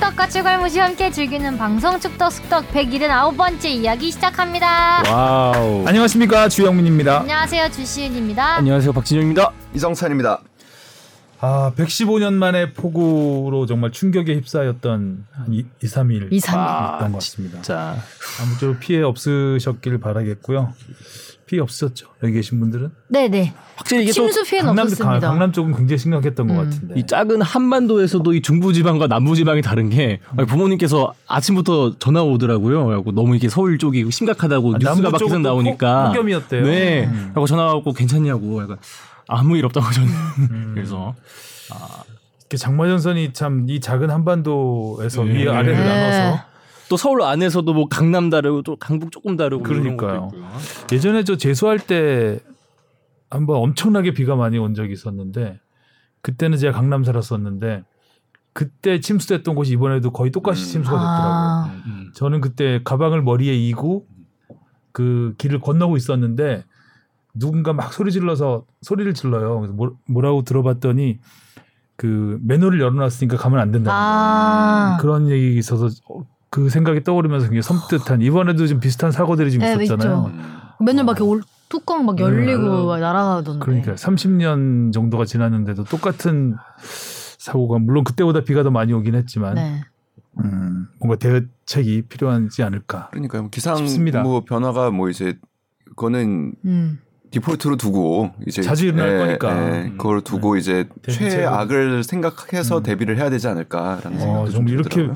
추억과 추갈무시 함께 즐기는 방송 축덕 숙덕 179번째 이야기 시작합니다. 와우. 어. 안녕하십니까 주영민입니다. 안녕하세요 주시은입니다. 안녕하세요 박진영입니다. 이성찬입니다. 아 115년 만에 폭우로 정말 충격에 휩싸였던 한 2, 3일 이 삼일. 있던 것 같습니다. 자 아무쪼록 피해 없으셨길 바라겠고요. 피해 없으셨죠? 여기 계신 분들은? 네네. 확실히 이게 또 침수 피해는 강남, 강- 없었습니다. 강남 쪽은 굉장히 심각했던 것 같은데. 이 작은 한반도에서도 이 중부지방과 남부지방이 다른 게 아니, 부모님께서 아침부터 전화 오더라고요. 그래갖고 너무 이게 서울 쪽이 심각하다고 아, 뉴스가 남부 밖에서 쪽은 또 나오니까 폭- 폭염이었대요. 네, 하고 전화 왔고 괜찮냐고 약간 아무 일 없다고 저는 그래서 이렇게 장마전선이 참 이 작은 한반도에서 예. 위 아래를 예. 나눠서 또 서울 안에서도 뭐 강남 다르고 또 강북 조금 다르고 이런 그러니까요. 것도 있고요. 예전에 저 재수할 때 한번 엄청나게 비가 많이 온 적이 있었는데 그때는 제가 강남 살았었는데 그때 침수됐던 곳이 이번에도 거의 똑같이 음. 침수가 됐더라고요. 아, 음. 저는 그때 가방을 머리에 이고 그 길을 건너고 있었는데 누군가 막 소리 질러서 소리를 질러요. 그래서 뭐- 뭐라고 들어봤더니 그 맨홀을 열어놨으니까 가면 안 된다. 아. 그런 얘기 있어서 그 생각이 떠오르면서 굉장히 섬뜩한 이번에도 좀 비슷한 사고들이 좀 네, 있었잖아요. 어, 있죠. 맨날 막 이렇게 올- 뚜껑 막 열리고 막 날아가던데. 그 음. 그러니까 30년 정도가 지났는데도 똑같은 사고가 물론 그때보다 비가 더 많이 오긴 했지만 네. 음, 뭔가 대책이 필요하지 않을까. 그러니까 요 기상 쉽습니다. 뭐 변화가 뭐 이제 그거는 음. 디폴트로 두고 이제 자주 일어날 거니까. 음. 네. 예, 그걸 두고 이제 대비책을. 최악을 생각해서 음. 대비를 해야 되지 네. 않을까라는 어, 생각도 좀 정말 이렇게 들더라고요.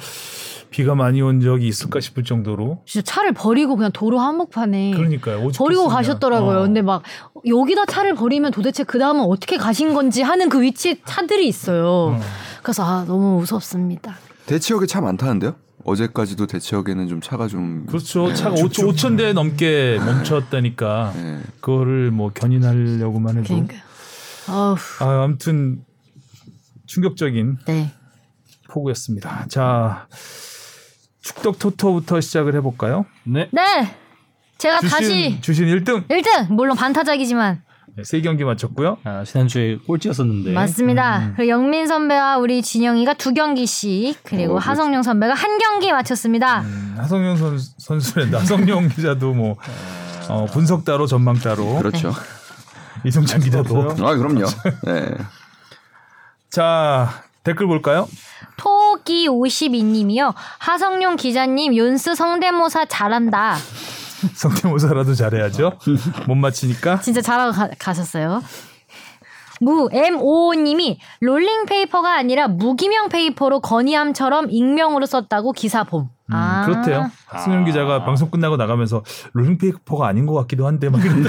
비가 많이 온 적이 있을까 싶을 정도로 진짜 차를 버리고 그냥 도로 한복판에 그러니까요. 버리고 오죽했으면. 네. 가셨더라고요. 어. 근데 막 여기다 차를 버리면 도대체 그 다음은 어떻게 가신 건지 하는 그 위치에 차들이 있어요. 어. 그래서 아 너무 무섭습니다. 대치역에 차 많다는데요? 어제까지도 대치역에는 좀 차가 좀 그렇죠. 예, 차가 좀- 5천, 5천 대 넘게 멈췄다니까 예. 그거를 뭐 견인하려고만 해도 그러니까 아우 아, 아무튼 충격적인 네. 폭우였습니다. 자 축덕 토토부터 시작을 해볼까요? 네. 네. 제가 다시 주신 1등 1등 물론 반타작이지만 네, 세 경기 마쳤고요. 아, 지난주에 꼴찌였었는데 맞습니다. 그리고 영민 선배와 우리 진영이가 두 경기씩 그리고 어, 그렇지. 하성룡 선배가 한 경기 마쳤습니다. 음, 하성용 선, 선수의 나성용 기자도 뭐 어, 분석 따로 전망 따로 그렇죠. 이성찬 기자도 아 그럼요. 예. 자 댓글 볼까요? 토기 52님이요. 하성룡 기자님 윤스 성대모사 잘한다. 성대모사라도 잘해야죠. 못 맞히니까 진짜 잘하고 가, 가셨어요. 무 M55님이 롤링 페이퍼가 아니라 무기명 페이퍼로 건의함처럼 익명으로 썼다고 기사 봄. 음, 아. 그렇대요. 승용 기자가 방송 끝나고 나가면서 롤링페이퍼가 아닌 것 같기도 한데 막 이런데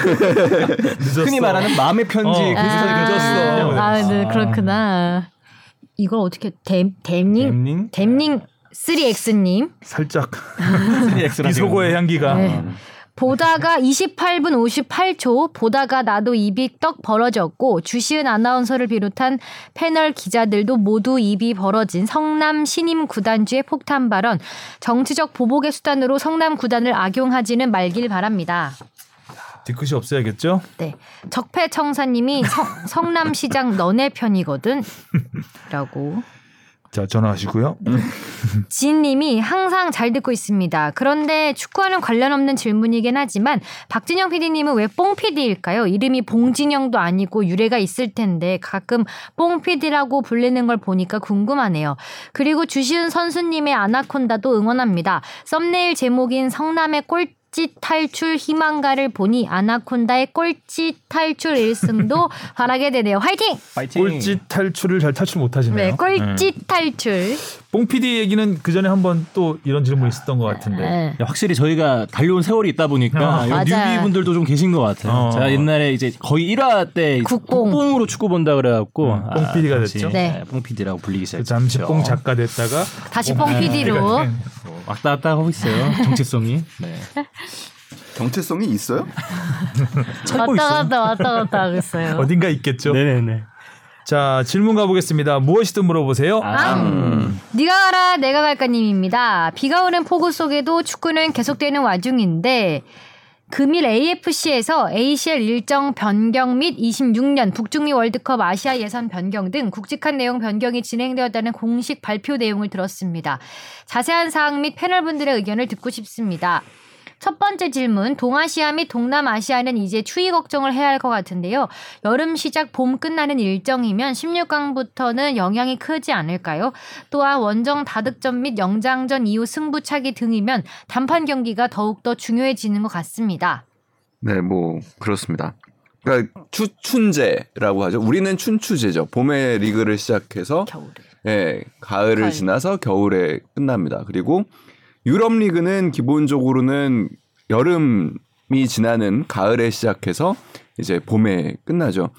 늦었어. 흔히 말하는 마음의 편지 어. 그 수사에 아, 늦었어. 아, 네, 그렇구나. 이걸 어떻게 댐 댐닝 엠닝 댐닝 3X님 살짝 엑스라 비속어의 향기가 네. 보다가 28분 58초 보다가 나도 입이 떡 벌어졌고 주시은 아나운서를 비롯한 패널 기자들도 모두 입이 벌어진 성남 신임 구단주의 폭탄 발언 정치적 보복의 수단으로 성남 구단을 악용하지는 말길 바랍니다. 뒤끝이 없어야겠죠. 네. 적폐청사님이 성, 성남시장 너네 편이거든. 라고. 자 전화하시고요. 진님이 항상 잘 듣고 있습니다. 그런데 축구와는 관련 없는 질문이긴 하지만 박진영 PD님은 왜 뽕 PD일까요? 이름이 봉진영도 아니고 유래가 있을 텐데 가끔 뽕 PD라고 불리는 걸 보니까 궁금하네요. 그리고 주시은 선수님의 아나콘다도 응원합니다. 썸네일 제목인 성남의 꼴 꼴찌 탈출 희망가를 보니 아나콘다의 꼴찌 탈출 1승도 바라게 되네요. 화이팅! 파이팅. 꼴찌 탈출을 잘 탈출 못하시네요. 네, 꼴찌 탈출. 뽕 PD 얘기는 그 전에 한번 또 이런 질문 있었던 것 같은데. 네. 야, 확실히 저희가 달려온 세월이 있다 보니까 어. 이런 맞아요. 뉴비 분들도 좀 계신 것 같아요. 어. 제가 옛날에 이제 거의 1화 때 국뽕. 으로 축구 본다 그래갖고 음, 뽕 PD 가 잠시, 됐죠? 네. 네, 뽕 PD라고 불리기 그 시작했죠. 잠시 뽕 작가 됐다가 다시 뽕 PD로. 네. 뭐 왔다 갔다 하고 있어요. 정체성이. 네. 정체성이 있어요? 찾고 왔다 있어요. 갔다 왔다 갔다 하겠어요. 어딘가 있겠죠. 네네네. 자 질문 가보겠습니다. 무엇이든 물어보세요. 네가 가라 내가 갈까님입니다. 비가 오는 폭우 속에도 축구는 계속되는 와중인데 금일 AFC에서 ACL 일정 변경 및 26년 북중미 월드컵 아시아 예선 변경 등 굵직한 내용 변경이 진행되었다는 공식 발표 내용을 들었습니다. 자세한 사항 및 패널분들의 의견을 듣고 싶습니다. 첫 번째 질문, 동아시아 및 동남아시아는 이제 추위 걱정을 해야 할 것 같은데요. 여름 시작 봄 끝나는 일정이면 16강부터는 영향이 크지 않을까요? 또한 원정 다득점 및 영장전 이후 승부차기 등이면 단판 경기가 더욱더 중요해지는 것 같습니다. 네, 뭐 그렇습니다. 그러니까 추춘제라고 하죠. 우리는 춘추제죠. 봄에 리그를 시작해서 겨울에. 예, 가을을 가을. 지나서 겨울에 끝납니다. 그리고 유럽 리그는 기본적으로는 여름이 지나는 가을에 시작해서 이제 봄에 끝나죠.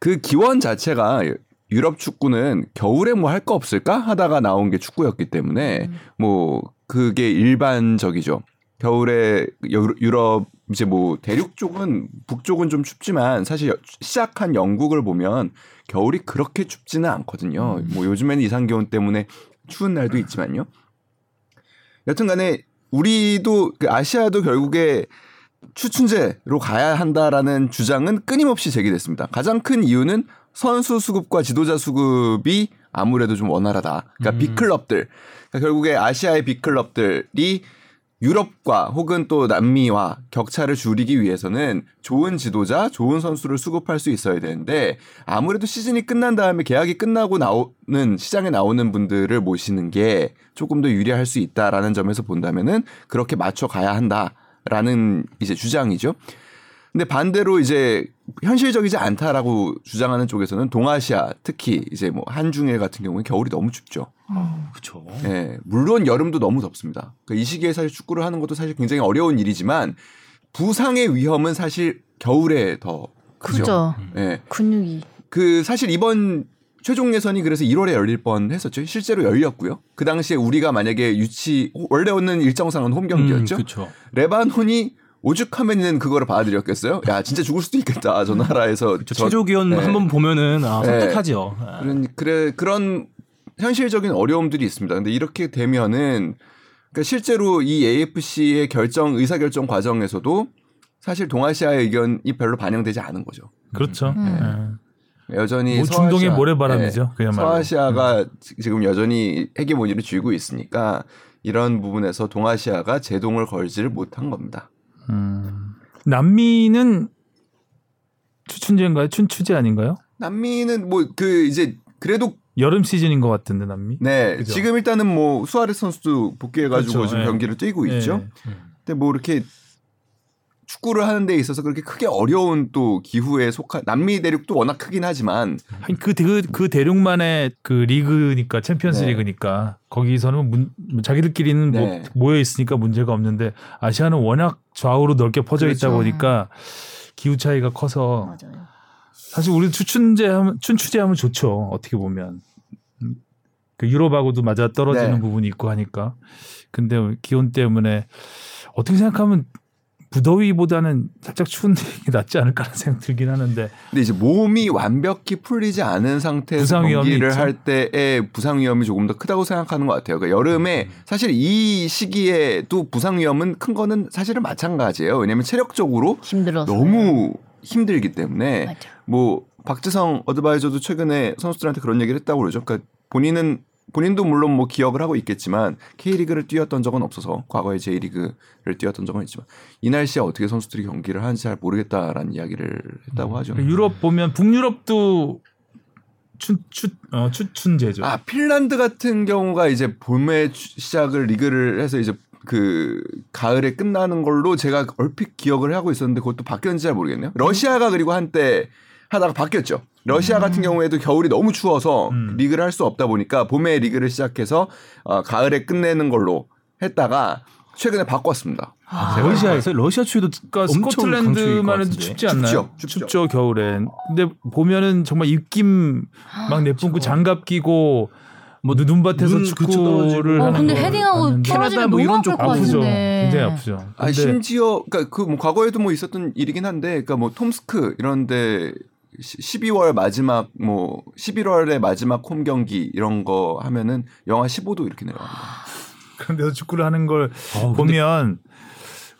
그 기원 자체가 유럽 축구는 겨울에 뭐 할 거 없을까 하다가 나온 게 축구였기 때문에 음. 뭐 그게 일반적이죠. 겨울에 여- 유럽 이제 뭐 대륙 쪽은 북쪽은 좀 춥지만 사실 여- 시작한 영국을 보면 겨울이 그렇게 춥지는 않거든요. 뭐 요즘에는 이상 기온 때문에 추운 날도 있지만요. 여튼간에 우리도 그 아시아도 결국에 추춘제로 가야 한다라는 주장은 끊임없이 제기됐습니다. 가장 큰 이유는 선수 수급과 지도자 수급이 아무래도 좀 원활하다. 그러니까 음. 빅클럽들, 그러니까 결국에 아시아의 빅클럽들이 유럽과 혹은 또 남미와 격차를 줄이기 위해서는 좋은 지도자, 좋은 선수를 수급할 수 있어야 되는데 아무래도 시즌이 끝난 다음에 계약이 끝나고 나오는 시장에 나오는 분들을 모시는 게 조금 더 유리할 수 있다라는 점에서 본다면은 그렇게 맞춰 가야 한다라는 이제 주장이죠. 근데 반대로 이제 현실적이지 않다라고 주장하는 쪽에서는 동아시아 특히 이제 뭐 한중일 같은 경우에 겨울이 너무 춥죠. 그렇죠. 예, 물론 여름도 너무 덥습니다. 그이 시기에 사실 축구를 하는 것도 사실 굉장히 어려운 일이지만 부상의 위험은 사실 겨울에 더 크죠. 예. 근육이. 그 사실 이번 최종 예선이 그래서 1월에 열릴 뻔 했었죠. 실제로 열렸고요. 그 당시에 우리가 만약에 유치 원래는 일정상은 홈 경기였죠. 그렇죠. 레바논이 오죽하면은 그거를 받아들였겠어요? 야, 진짜 죽을 수도 있겠다. 저 나라에서 그렇죠. 저- 최조 기원 네. 한번 보면은 아, 네. 섬뜩하죠. 아, 그런 그래 그런 현실적인 어려움들이 있습니다. 근데 이렇게 되면은 그러니까 실제로 이 AFC의 결정 의사 결정 과정에서도 사실 동아시아의 의견이 별로 반영되지 않은 거죠. 그렇죠. 음. 여전히 뭐 서아시아- 중동의 예. 모래바람이죠. 그야말로. 음. 서아시아가 지- 지금 여전히 헤게모니를 쥐고 있으니까 이런 부분에서 동아시아가 제동을 걸지를 못한 겁니다. 음. 남미는 추춘제인가요? 춘추제 아닌가요? 남미는 뭐 그 이제 그래도 여름 시즌인 것 같은데 남미. 네 그죠. 지금 일단은 뭐 수아레스 선수도 복귀해가지고 그렇죠. 지금 예. 경기를 뛰고 예. 있죠. 근데 뭐 이렇게 축구를 하는 데 있어서 그렇게 크게 어려운 또 기후에 속한 남미 대륙도 워낙 크긴 하지만 하긴 그, 대- 그, 그 대륙만의 그 리그니까 챔피언스 네. 리그니까 거기서는 문- 자기들끼리는 뭐 네. 모여 있으니까 문제가 없는데 아시아는 워낙 좌우로 넓게 퍼져 있다 그렇죠. 보니까 기후 차이가 커서 맞아요. 사실 우리 추춘제 하면 춘추제 하면 좋죠 어떻게 보면 음, 그 유럽하고도 맞아 떨어지는 네. 부분이 있고 하니까 근데 기온 때문에 어떻게 생각하면 무더위보다는 살짝 추운 데 낫지 않을까라는 생각 들긴 하는데 근데 이제 몸이 완벽히 풀리지 않은 상태에서 부상 위험이 경기를 있죠. 할 때의 부상 위험이 조금 더 크다고 생각하는 것 같아요. 그러니까 여름에 음. 사실 이 시기에 또 부상 위험은 큰 거는 사실은 마찬가지예요. 왜냐하면 체력적으로 힘들어서. 너무 힘들기 때문에 맞아. 뭐 박지성 어드바이저도 최근에 선수들한테 그런 얘기를 했다고 그러죠. 그러니까 본인은 본인도 물론 뭐 기억을 하고 있겠지만 K리그를 뛰었던 적은 없어서 과거에 J리그를 뛰었던 적은 있지만 이 날씨에 어떻게 선수들이 경기를 하는지 잘 모르겠다라는 이야기를 했다고 하죠. 그 유럽 보면 북유럽도 추추 어, 추춘제죠. 아 핀란드 같은 경우가 이제 봄에 추- 시작을 리그를 해서 이제 그 가을에 끝나는 걸로 제가 얼핏 기억을 하고 있었는데 그것도 바뀌었는지 잘 모르겠네요. 러시아가 그리고 한때 하다가 바뀌었죠. 러시아 같은 경우에도 겨울이 너무 추워서 음. 리그를 할 수 없다 보니까 봄에 리그를 시작해서 어, 가을에 끝내는 걸로 했다가 최근에 바꿨습니다. 제가 러시아에서 러시아 추위도 그러니까 엄청 스코틀랜드만 해도 강추일 것 춥지 않나요? 춥죠, 춥죠. 겨울엔. 근데 보면은 정말 입김 막 아, 내뿜고 장갑 끼고 뭐 눈- 눈밭에서 눈 그쵸, 떨어지고. 축구를 어, 하는 근데 걸 헤딩하고 봤는데 캐나다 떨어지면 뭐 너무 이런 아플 쪽 것 아프죠. 같은데. 굉장히 아프죠. 근데 아 심지어 그러니까 그 뭐 과거에도 뭐 있었던 일이긴 한데 그러니까 뭐 톰스크 이런데 12월 마지막 뭐 11월의 마지막 홈 경기 이런 거 하면은 영하 15도 이렇게 내려갑니다. 아, 그런데도 축구를 하는 걸 어, 근데 보면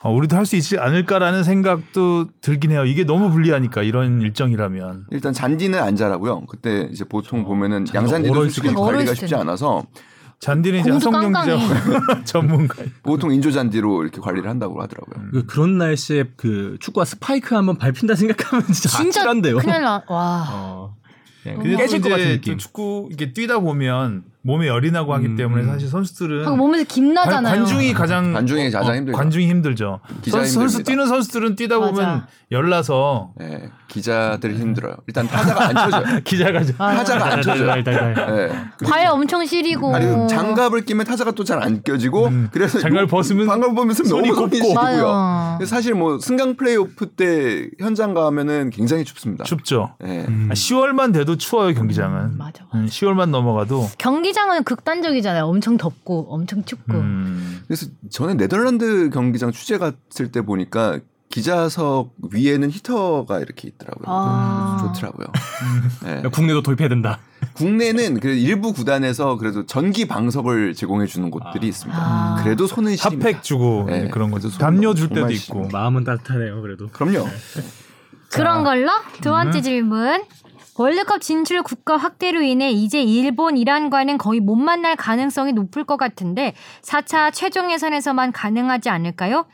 어, 우리도 할 수 있지 않을까라는 생각도 들긴 해요. 이게 너무 불리하니까 이런 일정이라면 일단 잔디는 안 자라고요. 그때 이제 보통 보면은 잔디가 양산디도 얼어있을 솔직히 텐데. 관리가 얼어있을 쉽지 텐데. 않아서 잔디는 이제 공도 한성룡 깡깡이. 기자 전문가. 보통 인조 잔디로 이렇게 관리를 한다고 하더라고요. 그- 그런 날씨에 그 축구와 스파이크 한번 밟힌다 생각하면 진짜, 진짜 아찔한데요. 큰일 나. 와. 어, 그냥 근데 깨질 것 같은 이제 느낌. 또 축구 이게 뛰다 보면 몸에 열이 나고 하기 음, 때문에 음. 사실 선수들은 방금 몸에서 김 관- 나잖아요. 관중이 가장 음, 어, 관중이 가장 힘들죠. 음. 관중이 힘들죠. 기자 선수, 선수 힘듭니다. 뛰는 선수들은 뛰다 맞아. 보면 열나서 예, 기자들이 힘들어요. 일단 타자가 안 쳐져요. 기자가 좀 아유. 아, 타자가 네, 안 쳐져요. 달달달달. 예. 과일 엄청 시리고. 아니 장갑을 끼면 타자가 또 잘 안 껴지고 음, 그래서 장갑을 요- 벗으면 장갑을 벗으면 손이 너무 곱고. 시리고요. 맞아요. 사실 뭐 승강 플레이오프 때 현장 가면은 굉장히 춥습니다. 춥죠. 예. 음. 아, 10월만 돼도 추워요 경기장은. 맞아. 맞아. 음, 10월만 넘어가도. 경기장은 극단적이잖아요. 엄청 덥고 엄청 춥고. 음, 그래서 전에 네덜란드 경기장 취재 갔을 때 보니까 기자석 위에는 히터가 이렇게 있더라고요. 아. 좋더라고요. 음. 예. 네. 국내도 도입해야 된다. 국내는 그래도 일부 구단에서 그래도 전기 방석을 제공해 주는 곳들이 있습니다. 아. 음, 그래도 손은 시립니다. 핫팩 주고 네, 이제 그런 거죠. 그래서 담요 줄 때도 정말 있고. 어, 마음은 따뜻하네요. 그래도. 그럼요. 그런 걸로 두 번째 질문. 월드컵 진출 국가 확대로 인해 이제 일본, 이란과는 거의 못 만날 가능성이 높을 것 같은데 4차 최종 예선에서만 가능하지 않을까요?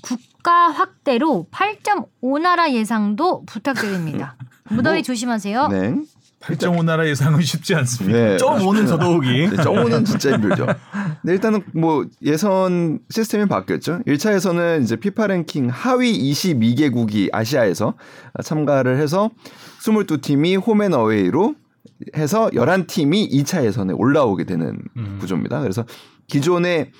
국가 확대로 8.5나라 예상도 부탁드립니다. 무더위 뭐, 조심하세요. 네. 8.5 나라 예상은 쉽지 않습니다. 네. 점 오는 더더욱이. 네, 정우는 진짜 힘들죠. 근데 일단은 뭐 예선 시스템이 바뀌었죠. 1차에서는 이제 피파 랭킹 하위 22개국이 아시아에서 참가를 해서 22팀이 홈앤 어웨이로 해서 11팀이 2차 예선에 올라오게 되는 음. 구조입니다. 그래서 기존에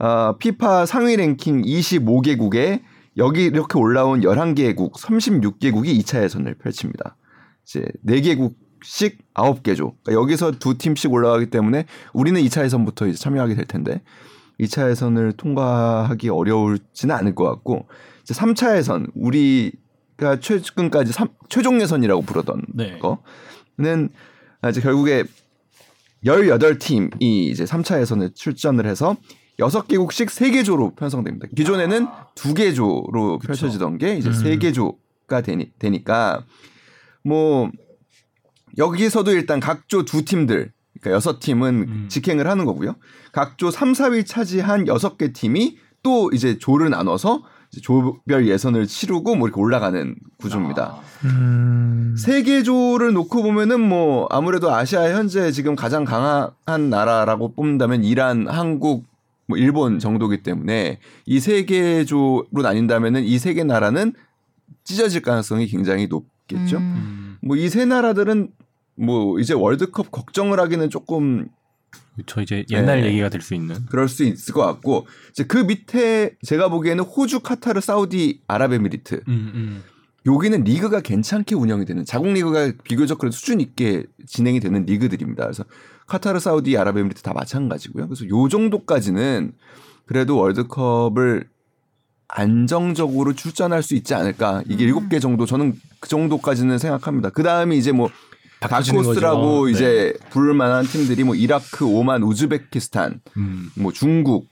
어, 피파 상위 랭킹 25개국에 여기 이렇게 올라온 11개국, 36개국이 2차 예선을 펼칩니다. 이제 4개국씩 9개조. 그러니까 여기서 두 팀씩 올라가기 때문에 우리는 2차 예선부터 이제 참여하게 될 텐데 2차 예선을 통과하기 어려울지는 않을 것 같고 이제 3차 예선 우리가 최근까지 삼- 최종 예선이라고 부르던 네. 거는 아, 이제 결국에 18팀이 이제 3차 예선에 출전을 해서 6개국씩 3개조로 편성됩니다. 기존에는 2개조로 펼쳐지던 게 이제 음. 3개조가 되니, 까뭐 여기서도 일단 각조 두 팀들 그러니까 6팀은 음. 직행을 하는 거고요. 각조 3, 4위 차지한 6개 팀이 또 이제 조를 나눠서 이제 조별 예선을 치르고 뭐 이렇게 올라가는 구조입니다. 음, 네. 세계조를 놓고 보면은 뭐 아무래도 아시아 현재 지금 가장 강한 나라라고 뽑는다면 이란, 한국, 뭐 일본 정도기 때문에 이 세계조로 나뉜다면은 이 세 개 나라는 찢어질 가능성이 굉장히 높겠죠. 음. 음. 뭐 이 세 나라들은 뭐 이제 월드컵 걱정을 하기는 조금 그쵸 이제 옛날 옛날 네. 얘기가 될 수 있는. 그럴 수 있을 것 같고 이제 그 밑에 제가 보기에는 호주, 카타르, 사우디, 아랍에미리트 음, 음. 여기는 리그가 괜찮게 운영이 되는 자국 리그가 비교적 그래도 수준 있게 진행이 되는 리그들입니다. 그래서 카타르, 사우디, 아랍에미리트 다 마찬가지고요. 그래서 요 정도까지는 그래도 월드컵을 안정적으로 출전할 수 있지 않을까. 이게 일곱 음. 개 정도 저는 그 정도까지는 생각합니다. 그 다음에 이제 뭐 바뀌어지는 거죠. 다코스라고 네. 이제 부를 만한 팀들이 뭐 이라크, 오만, 우즈베키스탄, 음. 뭐 중국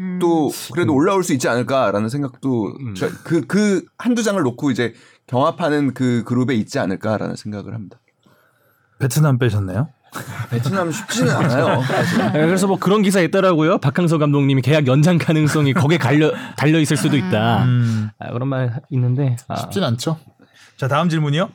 음. 또 그래도 올라올 수 있지 않을까라는 생각도 음. 그 그 한두 장을 놓고 이제 경합하는 그 그룹에 있지 않을까라는 생각을 합니다. 베트남 빼셨네요. 베트남 쉽지는 않아요. 사실. 네, 그래서 뭐 그런 기사 있더라고요. 박항서 감독님이 계약 연장 가능성이 거기에 갈려 달려 있을 수도 있다. 음. 아, 그런 말 있는데 아, 쉽진 않죠. 자 다음 질문이요.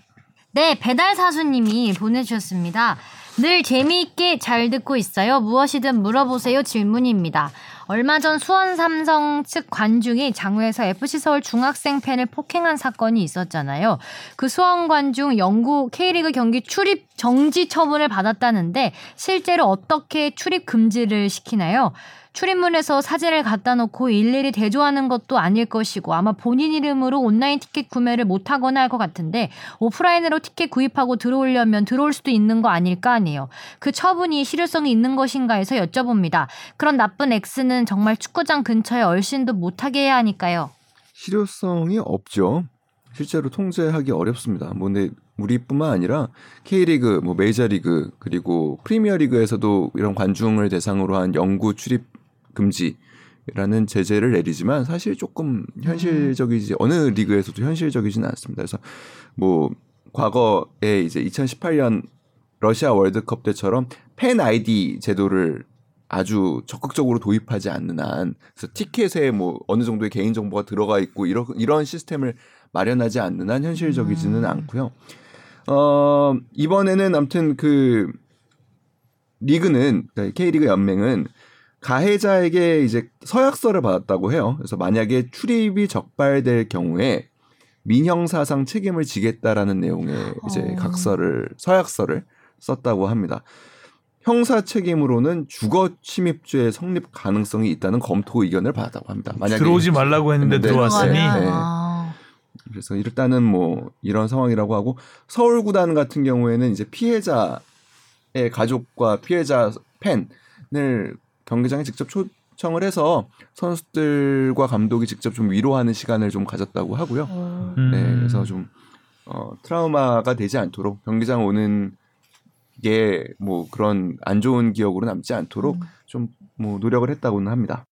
네, 배달 사수님이 보내주셨습니다. 늘 재미있게 잘 듣고 있어요. 무엇이든 물어보세요. 질문입니다. 얼마 전 수원 삼성 측 관중이 장외에서 FC 서울 중학생 팬을 폭행한 사건이 있었잖아요. 그 수원 관중 영구 K리그 경기 출입 정지 처분을 받았다는데 실제로 어떻게 출입 금지를 시키나요? 출입문에서 사진을 갖다 놓고 일일이 대조하는 것도 아닐 것이고 아마 본인 이름으로 온라인 티켓 구매를 못 하거나 할 것 같은데 오프라인으로 티켓 구입하고 들어오려면 들어올 수도 있는 거 아닐까 하네요. 그 처분이 실효성이 있는 것인가 해서 여쭤봅니다. 그런 나쁜 X는 정말 축구장 근처에 얼씬도 못하게 해야 하니까요. 실효성이 없죠. 실제로 통제하기 어렵습니다. 뭐 근데 우리뿐만 아니라 K리그, 뭐 메이저리그 그리고 프리미어리그에서도 이런 관중을 대상으로 한 영구 출입 금지 라는 제재를 내리지만 사실 조금 현실적이지 어느 리그에서도 현실적이진 않습니다. 그래서 뭐 과거에 이제 2018년 러시아 월드컵 때처럼 팬 아이디 제도를 아주 적극적으로 도입하지 않는 한 그래서 티켓에 뭐 어느 정도의 개인 정보가 들어가 있고 이런 이런 시스템을 마련하지 않는 한 현실적이지는 음. 않고요. 어 이번에는 아무튼 그 리그는 네, K리그 연맹은 가해자에게 이제 서약서를 받았다고 해요. 그래서 만약에 출입이 적발될 경우에 민형사상 책임을 지겠다라는 내용의 이제 어. 각서를 서약서를 썼다고 합니다. 형사 책임으로는 주거 침입죄 성립 가능성이 있다는 검토 의견을 받았다고 합니다. 만약에 들어오지 말라고 했는데 네, 들어왔으니 들어가면. 네. 아, 그래서 일단은 뭐 이런 상황이라고 하고 서울 구단 같은 경우에는 이제 피해자의 가족과 피해자 팬을 경기장에 직접 초청을 해서 선수들과 감독이 직접 좀 위로하는 시간을 좀 가졌다고 하고요. 어. 음. 네, 그래서 좀 어, 트라우마가 되지 않도록 경기장 오는 게 뭐 그런 안 좋은 기억으로 남지 않도록 음. 좀 뭐 노력을 했다고는 합니다.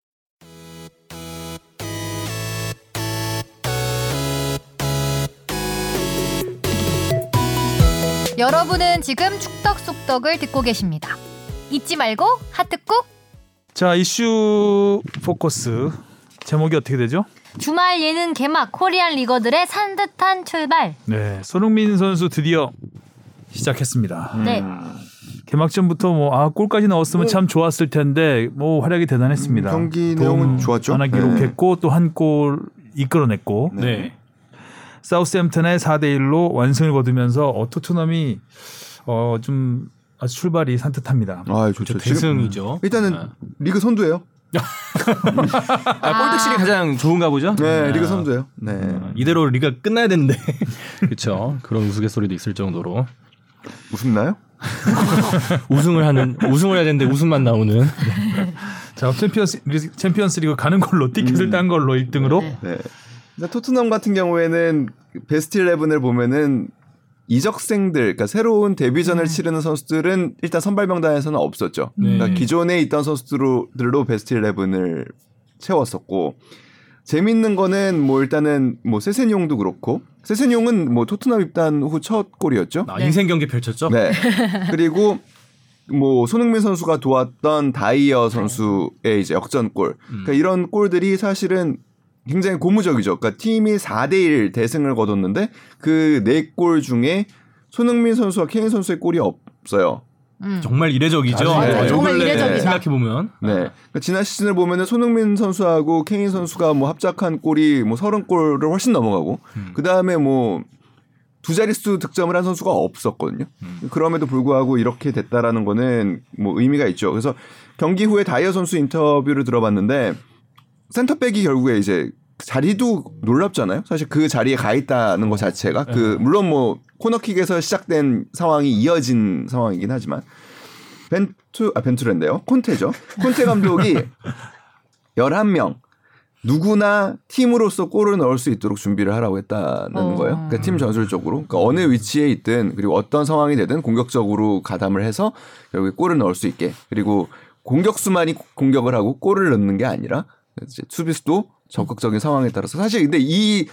여러분은 지금 축덕 속덕을 듣고 계십니다. 잊지 말고 하트 꾹. 자 이슈 포커스 제목이 어떻게 되죠? 주말 예능 개막 코리안 리거들의 산뜻한 출발. 네 손흥민 선수 드디어 시작했습니다. 네. 음, 개막전부터 뭐 아 골까지 넣었으면 참 좋았을 텐데 뭐 활약이 대단했습니다. 경기 내용은 좋았죠. 하나 네. 기록했고 또 한 골 이끌어냈고 네. 사우스햄튼의 4대 1로 완승을 거두면서 어, 토트넘이 어, 좀 아주 출발이 산뜻합니다. 아, 좋죠. 지금 대승이죠. 일단은 아. 리그 선두예요. 아, 꼴득실이 가장 좋은가 보죠. 네, 아. 리그 선두예요. 네. 이대로 리가 끝나야 되는데. 그렇죠. 그런 우스갯소리도 있을 정도로 웃음나요? 우승을 하는 우승을 해야 되는데 우승만 나오는. 자, 챔피언스, 리- 챔피언스 리그 가는 걸로 음. 티켓을 딴 걸로 1등으로 네. 네. 근데 토트넘 같은 경우에는 그 베스트 11을 보면은 이적생들, 그러니까 새로운 데뷔전을 치르는 선수들은 일단 선발 명단에서는 없었죠. 네. 그러니까 기존에 있던 선수들로 베스트 11을 채웠었고 재밌는 거는 뭐 일단은 뭐 세센용도 그렇고 세센용은 뭐 토트넘 입단 후 첫 골이었죠. 아, 네. 인생 경기 펼쳤죠. 네. 그리고 뭐 손흥민 선수가 도왔던 다이어 선수의 이제 역전골. 그러니까 이런 골들이 사실은 굉장히 고무적이죠. 그러니까 팀이 4대1 대승을 거뒀는데 그 네 골 중에 손흥민 선수와 케인 선수의 골이 없어요. 음. 정말 이례적이죠. 아, 네. 정말 이례적이다. 생각해 보면. 네. 그러니까 지난 시즌을 보면은 손흥민 선수하고 케인 선수가 뭐 합작한 골이 뭐 30골을 훨씬 넘어가고 음. 그다음에 뭐 두 자릿수 득점을 한 선수가 없었거든요. 그럼에도 불구하고 이렇게 됐다라는 거는 뭐 의미가 있죠. 그래서 경기 후에 다이어 선수 인터뷰를 들어봤는데 센터백이 결국에 이제 자리도 놀랍잖아요. 사실 그 자리에 가 있다는 것 자체가 그 물론 뭐 코너킥에서 시작된 상황이 이어진 상황이긴 하지만 벤투 아 벤투렌데요. 콘테죠. 콘테 감독이 11명 누구나 팀으로서 골을 넣을 수 있도록 준비를 하라고 했다는 어. 거예요. 그러니까 팀 전술적으로 그러니까 어느 위치에 있든 그리고 어떤 상황이 되든 공격적으로 가담을 해서 결국에 골을 넣을 수 있게 그리고 공격수만이 공격을 하고 골을 넣는 게 아니라 이제 수비수도 적극적인 상황에 따라서 사실 근데 이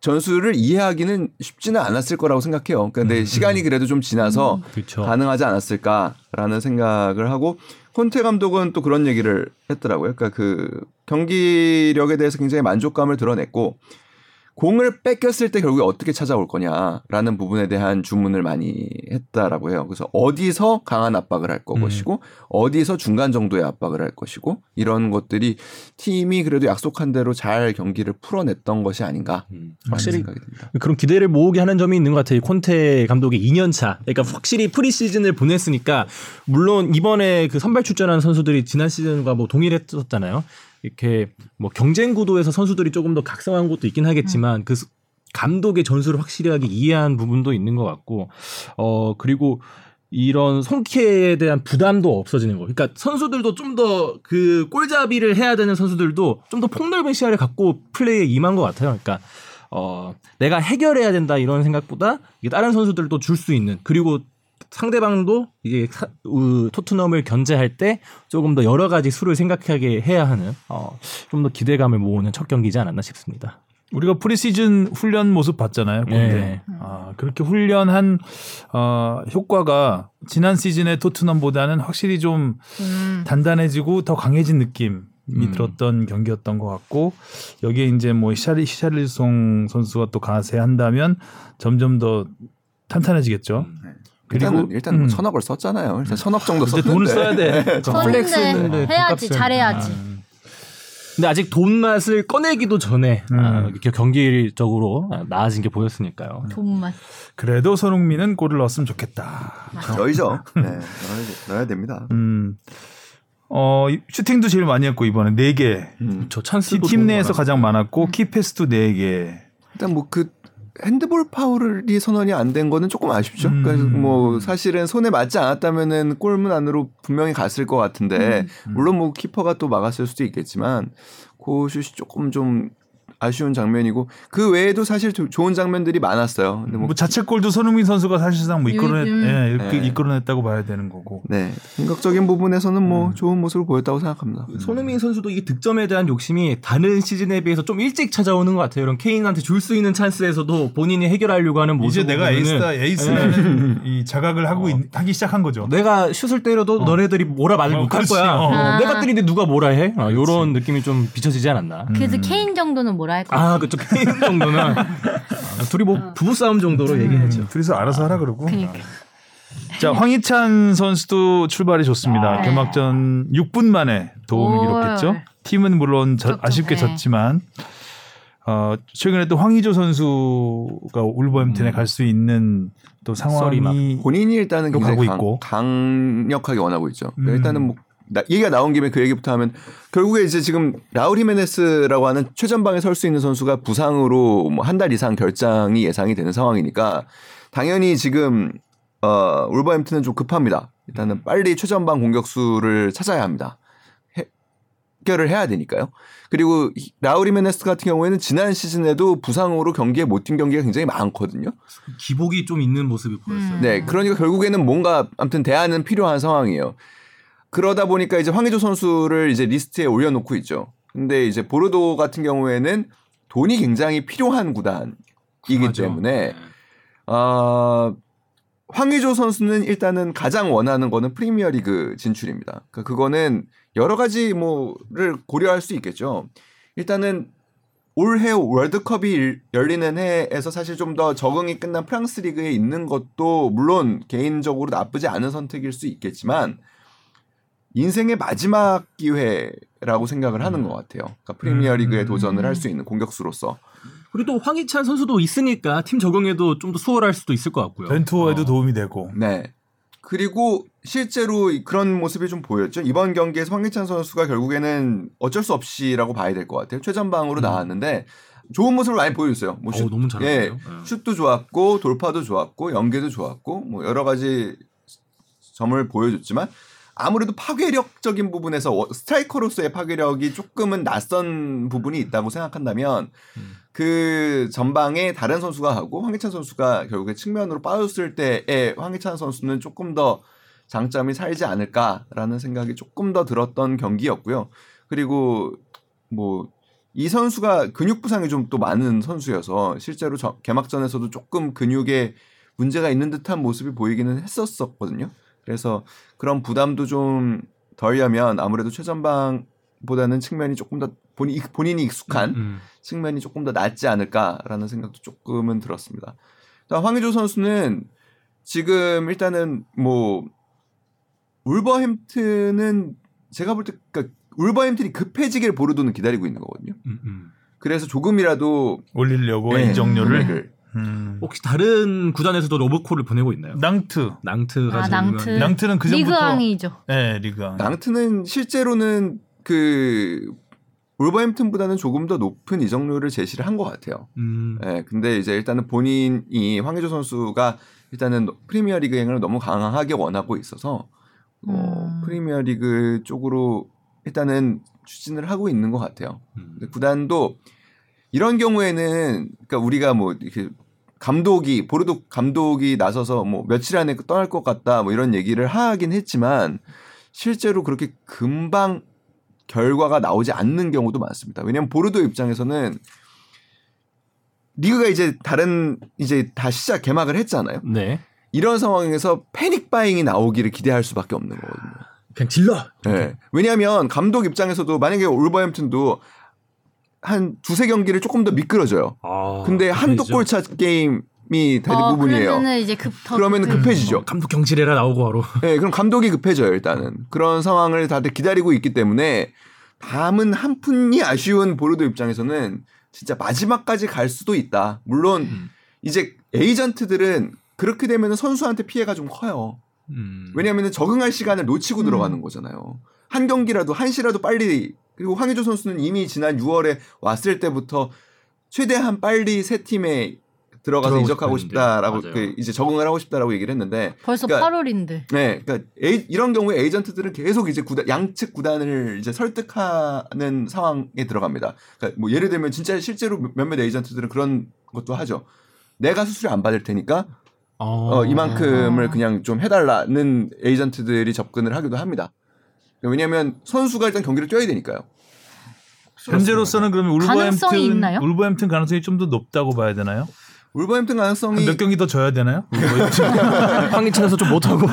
전술을 이해하기는 쉽지는 않았을 거라고 생각해요. 그러니까 근데 시간이 그래도 좀 지나서 그렇죠. 가능하지 않았을까라는 생각을 하고 콘테 감독은 또 그런 얘기를 했더라고요. 그러니까 그 경기력에 대해서 굉장히 만족감을 드러냈고 공을 뺏겼을 때 결국에 어떻게 찾아올 거냐라는 부분에 대한 주문을 많이 했다라고 해요. 그래서 어디서 강한 압박을 할 음. 것이고 어디서 중간 정도의 압박을 할 것이고 이런 것들이 팀이 그래도 약속한 대로 잘 경기를 풀어냈던 것이 아닌가 음. 확실히 확실히 생각이 듭니다. 그런 기대를 모으게 하는 점이 있는 것 같아요. 콘테 감독의 2년 차. 그러니까 확실히 프리시즌을 보냈으니까 물론 이번에 그 선발 출전한 선수들이 지난 시즌과 뭐 동일했었잖아요. 이렇게 뭐 경쟁 구도에서 선수들이 조금 더 각성한 것도 있긴 하겠지만 그 스- 감독의 전술을 확실하게 이해한 부분도 있는 것 같고 어 그리고 이런 손키에 대한 부담도 없어지는 거. 그러니까 선수들도 좀 더 그 골잡이를 해야 되는 선수들도 좀 더 폭넓은 시야를 갖고 플레이에 임한 것 같아요. 그러니까 어, 내가 해결해야 된다 이런 생각보다 이게 다른 선수들도 줄 수 있는 그리고 상대방도 이제 사- 으, 토트넘을 견제할 때 조금 더 여러 가지 수를 생각하게 해야 하는 어, 좀 더 기대감을 모으는 첫 경기지 않았나 싶습니다. 우리가 프리시즌 훈련 모습 봤잖아요. 근데 네. 아, 그렇게 훈련한 어, 효과가 지난 시즌의 토트넘보다는 확실히 좀 음. 단단해지고 더 강해진 느낌이 음. 들었던 경기였던 것 같고 여기에 이제 뭐 히샬리 히샬리송 선수가 또 가세한다면 점점 더 탄탄해지겠죠. 음. 일단은 그리고- 일단 뭐 음. 천억을 썼잖아요. 일단 천억 정도 이제 썼는데 네. 돈을 써야 돼. 쳤는데 그 플렉스인데 음. 해야지 돈값은- 잘해야지. 근데 아직 돈 맛을 꺼내기도 전에 음. 아, 이렇게 경기적으로 아, 나아진 게 보였으니까요. 돈만. 그래도 손흥민은 골을 넣었으면 좋겠다. 넣이죠. 네, 넣어야, 넣어야 됩니다. 음. 어, 이- 슈팅도 제일 많이 했고 이번에 4개. 음. 저 찬스도 팀 너무 내에서 많았어요. 가장 많았고 키패스도 4개. 일단 뭐 그 핸드볼 파울이 선언이 안 된 거는 조금 아쉽죠. 음. 그러니까 뭐 사실은 손에 맞지 않았다면은 골문 안으로 분명히 갔을 것 같은데 음. 물론 뭐 키퍼가 또 막았을 수도 있겠지만 그 슛이 조금 좀 아쉬운 장면이고 그 외에도 사실 조- 좋은 장면들이 많았어요. 근데 뭐 뭐 자책골도 손흥민 선수가 사실상 뭐 이끌어내 음. 예, 이렇게 네. 이끌어냈다고 봐야 되는 거고. 네. 인격적인 부분에서는 뭐 음. 좋은 모습을 보였다고 생각합니다. 음. 손흥민 선수도 이 득점에 대한 욕심이 다른 시즌에 비해서 좀 일찍 찾아오는 것 같아요. 이런 케인한테 줄 수 있는 찬스에서도 본인이 해결하려고 하는 모습 이제 내가 에이스다 에이스라는 이 자각을 하고 있- 하기 시작한 거죠. 내가 슛을 때려도 너네들이 뭐라 말을 어, 못할 그렇지. 거야. 어. 아. 내가 때리는데 누가 뭐라 해? 아, 이런 느낌이 좀 비춰지지 음. 않았나. 그래도 음. 케인 정도는 뭐라 할 거야. 아, 그쵸. 케인 정도는 아, 둘이 어. 뭐 부부싸움 정도로 음. 얘기하죠. 음, 둘이서 알아서 하라 그러고. 그러니까. 그렇죠. 자 황희찬 선수도 출발이 네. 좋습니다. 개막전 6분 만에 도움을 오. 기록했죠. 팀은 물론 저- 쩍쩍, 아쉽게 네. 졌지만 어, 최근에 또 황희조 선수가 울버햄튼에 음. 갈 수 있는 또 썰이 막 상황이 본인이 일단은 욕하고 굉장히 강, 있고. 강력하게 원하고 있죠. 그러니까 음. 일단은 뭐 나- 얘기가 나온 김에 그 얘기부터 하면 결국에 이제 지금 라울 히메네스라고 하는 최전방에 설 수 있는 선수가 부상으로 뭐 한 달 이상 결장이 예상이 되는 상황이니까 당연히 지금 어 울버햄튼은 좀 급합니다. 일단은 빨리 최전방 공격수를 찾아야 합니다. 해- 해결을 해야 되니까요. 그리고 이- 라울 히메네스 같은 경우에는 지난 시즌에도 부상으로 경기에 못 뛴 경기가 굉장히 많거든요. 음. 기복이 좀 있는 모습이 보였어요. 음. 네, 그러니까 결국에는 뭔가 아무튼 대안은 필요한 상황이에요. 그러다 보니까 이제 황의조 선수를 이제 리스트에 올려놓고 있죠. 근데 이제 보르도 같은 경우에는 돈이 굉장히 필요한 구단이기 맞아. 때문에 아 황의조 선수는 일단은 가장 원하는 거는 프리미어리그 진출입니다. 그러니까 그거는 여러 가지 뭐를 고려할 수 있겠죠. 일단은 올해 월드컵이 일- 열리는 해에서 사실 좀 더 적응이 끝난 프랑스 리그에 있는 것도 물론 개인적으로 나쁘지 않은 선택일 수 있겠지만 인생의 마지막 기회라고 생각을 하는 것 같아요. 그러니까 프리미어리그에 음. 도전을 할 수 있는 공격수로서 그리고 또 황희찬 선수도 있으니까 팀 적응에도 좀 더 수월할 수도 있을 것 같고요. 벤투어에도 어. 도움이 되고 네. 그리고 실제로 이- 그런 모습이 좀 보였죠. 이번 경기에서 황기찬 선수가 결국에는 어쩔 수 없이라고 봐야 될 것 같아요. 최전방으로 나왔는데 좋은 모습을 많이 보여줬어요. 뭐 슛, 음. 어우, 너무 잘하네요. 예, 슛도 좋았고 돌파도 좋았고 연계도 좋았고 뭐 여러 가지 점을 보여줬지만 아무래도 파괴력적인 부분에서 워- 스트라이커로서의 파괴력이 조금은 낯선 부분이 있다고 생각한다면 음. 그 전방에 다른 선수가 하고 황희찬 선수가 결국에 측면으로 빠졌을 때에 황희찬 선수는 조금 더 장점이 살지 않을까라는 생각이 조금 더 들었던 경기였고요. 그리고 뭐 이 선수가 근육 부상이 좀 또 많은 선수여서 실제로 저- 개막전에서도 조금 근육에 문제가 있는 듯한 모습이 보이기는 했었었거든요. 그래서 그런 부담도 좀 덜려면 아무래도 최전방보다는 측면이 조금 더 본인, 본인이 익숙한 음. 측면이 조금 더 낫지 않을까라는 생각도 조금은 들었습니다. 자, 황의조 선수는 지금 일단은 뭐 울버햄튼은 제가 볼 때 그러니까 울버햄튼이 급해지길 보르도는 기다리고 있는 거거든요. 음, 음. 그래서 조금이라도 올리려고 뭐 예, 인정료를 금액을. 음. 혹시 다른 구단에서도 로버콜을 보내고 있나요? 낭트 낭트가 아, 지금 낭트. 유명한- 낭트는 그 전부터 리그왕이죠. 네, 리그왕 낭트는 실제로는 그 울버햄튼보다는 조금 더 높은 이적료를 제시를 한 것 같아요. 음. 예, 근데 이제 일단은 본인이 황의조 선수가 일단은 프리미어 리그행을 너무 강하게 원하고 있어서 어, 음. 프리미어 리그 쪽으로 일단은 추진을 하고 있는 것 같아요. 음. 근데 구단도 이런 경우에는 그러니까 우리가 뭐 이렇게 감독이 보르도 감독이 나서서 뭐 며칠 안에 떠날 것 같다 뭐 이런 얘기를 하긴 했지만 실제로 그렇게 금방 결과가 나오지 않는 경우도 많습니다. 왜냐하면 보르도 입장에서는 리그가 이제 다른 이제 다 시작 개막을 했잖아요. 네. 이런 상황에서 패닉 바잉이 나오기를 기대할 수밖에 없는 거거든요. 그냥 질러. 예. 왜냐하면 감독 입장에서도 만약에 올버햄튼도 한 두세 경기를 조금 더 미끄러져요. 아, 근데 한두 그죠. 골차 게임이 대부분이에요. 어, 그러면은 이제 급더 그러면 급해지죠. 감독 경질해라 나오고 바로. 예, 그럼 감독이 급해져요, 일단은. 그런 상황을 다들 기다리고 있기 때문에 다음은 한 푼이 아쉬운 보르도 입장에서는 진짜 마지막까지 갈 수도 있다. 물론 음. 이제 에이전트들은 그렇게 되면 선수한테 피해가 좀 커요. 음. 왜냐하면 적응할 시간을 놓치고 들어가는 거잖아요. 한 경기라도 한 시라도 빨리 그리고 황의조 선수는 이미 지난 6월에 왔을 때부터 최대한 빨리 새 팀에 들어가서 들어가고 이적하고 싶었는데. 싶다라고 맞아요. 그 이제 적응을 하고 싶다라고 얘기를 했는데 벌써 그러니까- 8월인데. 네, 그러니까 에이, 이런 경우에 에이전트들은 계속 이제 구단, 양측 구단을 이제 설득하는 상황에 들어갑니다. 그러니까 뭐 예를 들면 진짜 실제로 몇몇 에이전트들은 그런 것도 하죠. 내가 수수료 안 받을 테니까 아. 어, 아. 이만큼을 그냥 좀 해달라는 에이전트들이 접근을 하기도 합니다. 그러니까 왜냐하면 선수가 일단 경기를 뛰어야 되니까요. 현재로서는 그러면 가능성이 울버햄튼 있나요? 울버햄튼 가능성이 좀 더 높다고 봐야 되나요? 울버햄튼 가능성이 한몇 아, 경기 더 져야 되나요? 울버햄튼? 황희찬에서 좀 못하고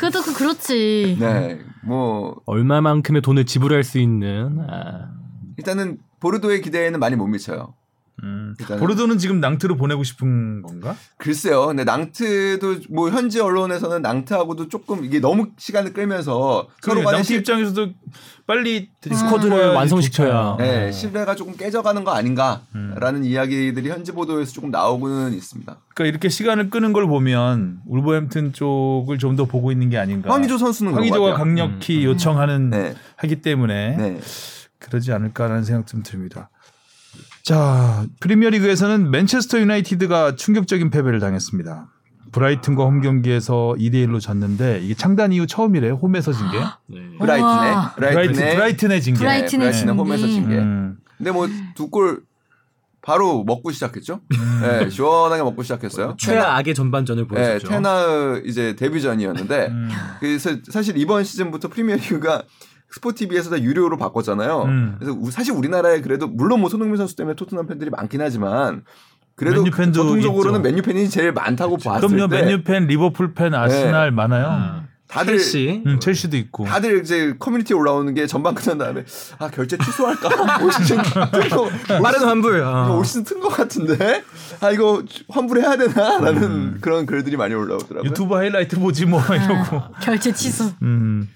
그래도 그 그렇지. 네, 뭐 얼마만큼의 돈을 지불할 수 있는 아, 일단은 보르도의 기대에는 많이 못 미쳐요. 음. 일단은. 보르도는 지금 낭트로 보내고 싶은 건가? 글쎄요. 근데 낭트도 뭐 현지 언론에서는 낭트하고도 조금 이게 너무 시간을 끌면서 서로 그러니까 간에 낭트 실, 입장에서도 빨리 음. 스쿼드를 뽑아야지 완성시켜야. 좋잖아요. 네, 신뢰가 조금 깨져가는 거 아닌가라는 음. 이야기들이 현지 보도에서 조금 나오고는 있습니다. 그러니까 이렇게 시간을 끄는 걸 보면 울버햄튼 쪽을 좀 더 보고 있는 게 아닌가. 황의조 선수는 그런 것 그러니까 황의조가 같아요. 강력히 요청하는 네. 하기 때문에 네. 그러지 않을까라는 생각 좀 듭니다. 자, 프리미어리그에서는 맨체스터 유나이티드가 충격적인 패배를 당했습니다. 브라이튼과 홈 경기에서 2대 1로 졌는데 이게 창단 이후 처음이래요. 홈에서 진 게. 네. 어, 브라이튼의 우와. 브라이튼 브라이튼의 브라이튼의 징계. 브라이튼의 네, 브라이튼의 진기. 홈에서 진 게. 음. 근데 뭐 두 골 바로 먹고 시작했죠. 음. 네, 시원하게 먹고 뭐, 시작했어요. 최악의 전반전을 네, 보여줬죠. 테나 이제 데뷔전이었는데 음. 그래서 사실 이번 시즌부터 프리미어리그가 스포티비에서 다 유료로 바꿨잖아요. 음. 그래서 우- 사실 우리나라에 그래도 물론 뭐 손흥민 선수 때문에 토트넘 팬들이 많긴 하지만 그래도 맨유 팬도 전통적으로는 있죠. 맨유 팬이 제일 많다고 봤을 그럼요. 때 네. 맨유 팬, 리버풀 팬, 아스날 많아요. 다들 첼시. 음, 첼시도 있고. 다들 이제 커뮤니티 올라오는 게 전반 끝난 다음에 아 결제 취소할까 올 시즌 뜬거 빠른 환불. 어. 아. 올 시즌 뜬 거 같은데 아 이거 환불해야 되나라는 그런 글들이 많이 올라오더라고요. 음. 유튜브 하이라이트 보지 뭐 이러고. 네. 결제 취소. 음.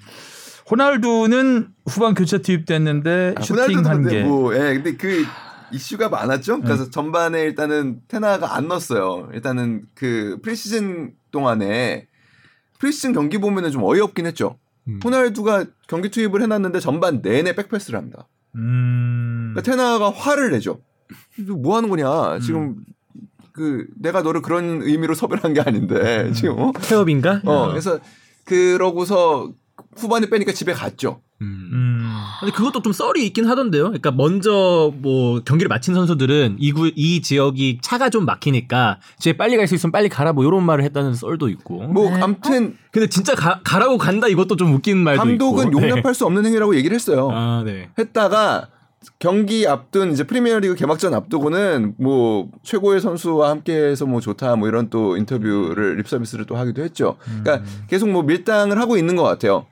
호날두는 후반 교체 투입됐는데 아, 슈팅 호날두도 한 음. 근데 개. 뭐, 예, 근데 그 이슈가 많았죠. 그래서 전반에 일단은 테나가 안 넣었어요. 일단은 그 프리시즌 동안에 프리시즌 경기 보면은 좀 어이없긴 했죠. 음. 호날두가 경기 투입을 해놨는데 전반 내내 백패스를 합니다. 음. 그러니까 테나가 화를 내죠. 이거 뭐 하는 거냐? 지금 음. 그 내가 너를 그런 의미로 섭외한 게 아닌데 음. 지금 어? 태업인가? 음. 어, 그래서 그러고서 후반에 빼니까 집에 갔죠. 음. 음. 근데 그것도 좀 썰이 있긴 하던데요. 그러니까 먼저 뭐 경기를 마친 선수들은 이, 구, 이 지역이 차가 좀 막히니까 집에 빨리 갈 수 있으면 빨리 가라 뭐 이런 말을 했다는 썰도 있고. 뭐 아무튼 근데 진짜 가, 가라고 간다 이것도 좀 웃긴 말도 감독은 어? 있고. 용납할 수 없는 행위라고 얘기를 했어요. 네. 아 네. 했다가 경기 앞둔 이제 프리미어리그 개막전 앞두고는 뭐 최고의 선수와 함께해서 뭐 좋다 뭐 이런 또 인터뷰를 립서비스를 또 하기도 했죠. 그러니까 음. 계속 뭐 밀당을 하고 있는 것 같아요.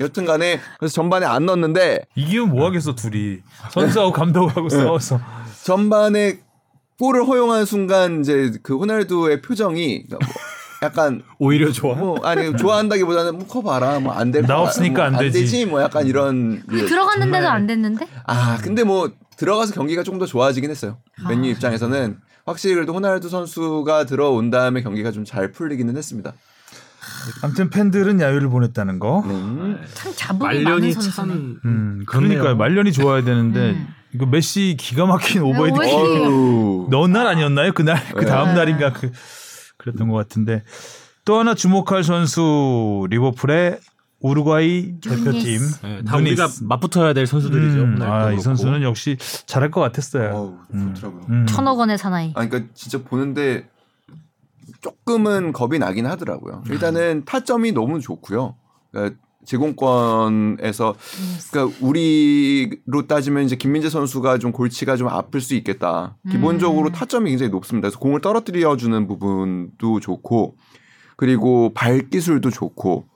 여튼간에 그래서 전반에 안 넣었는데 이기면 뭐 하겠어 둘이 네. 선수하고 감독하고 싸워서 전반에 골을 허용한 순간 이제 그 호날두의 표정이 뭐 약간 오히려 좋아. 뭐 아니 좋아한다기보다는 뭐커 봐라 뭐 안 될 나 없으니까 안 되지. 음. 뭐 약간 이런 근데 들어갔는데도 안 됐는데? 아 근데 뭐 들어가서 경기가 조금 더 좋아지긴 했어요. 맨유 입장에서는 확실히 그래도 호날두 선수가 들어온 다음에 경기가 좀 잘 풀리기는 했습니다. 아무튼 팬들은 야유를 보냈다는 거. 네. 음, 참 자본이 많은 말년이 선수네. 참. 음, 그러니까요. 말년이 좋아야 되는데 이거 메시 기가 막힌 음, 오버헤드 오버헤드. 킥. 어우. 넣은 날 아니었나요? 그날 그 다음 네. 날인가 그 그랬던 것 같은데 또 하나 주목할 선수 리버풀의 우루과이 누니스. 대표팀 네, 다 누니스. 우리가 맞붙어야 될 선수들이죠. 음, 호날두도 아, 이 그렇고. 선수는 역시 잘할 것 같았어요. 어우, 좋더라고요. 음. 천억 원의 사나이. 아, 그러니까 진짜 보는데 조금은 겁이 나긴 하더라고요. 일단은 타점이 너무 좋고요. 그러니까 제공권에서 그러니까 우리로 따지면 이제 김민재 선수가 좀 골치가 좀 아플 수 있겠다. 기본적으로 음. 타점이 굉장히 높습니다. 그래서 공을 떨어뜨려 주는 부분도 좋고 그리고 발 기술도 좋고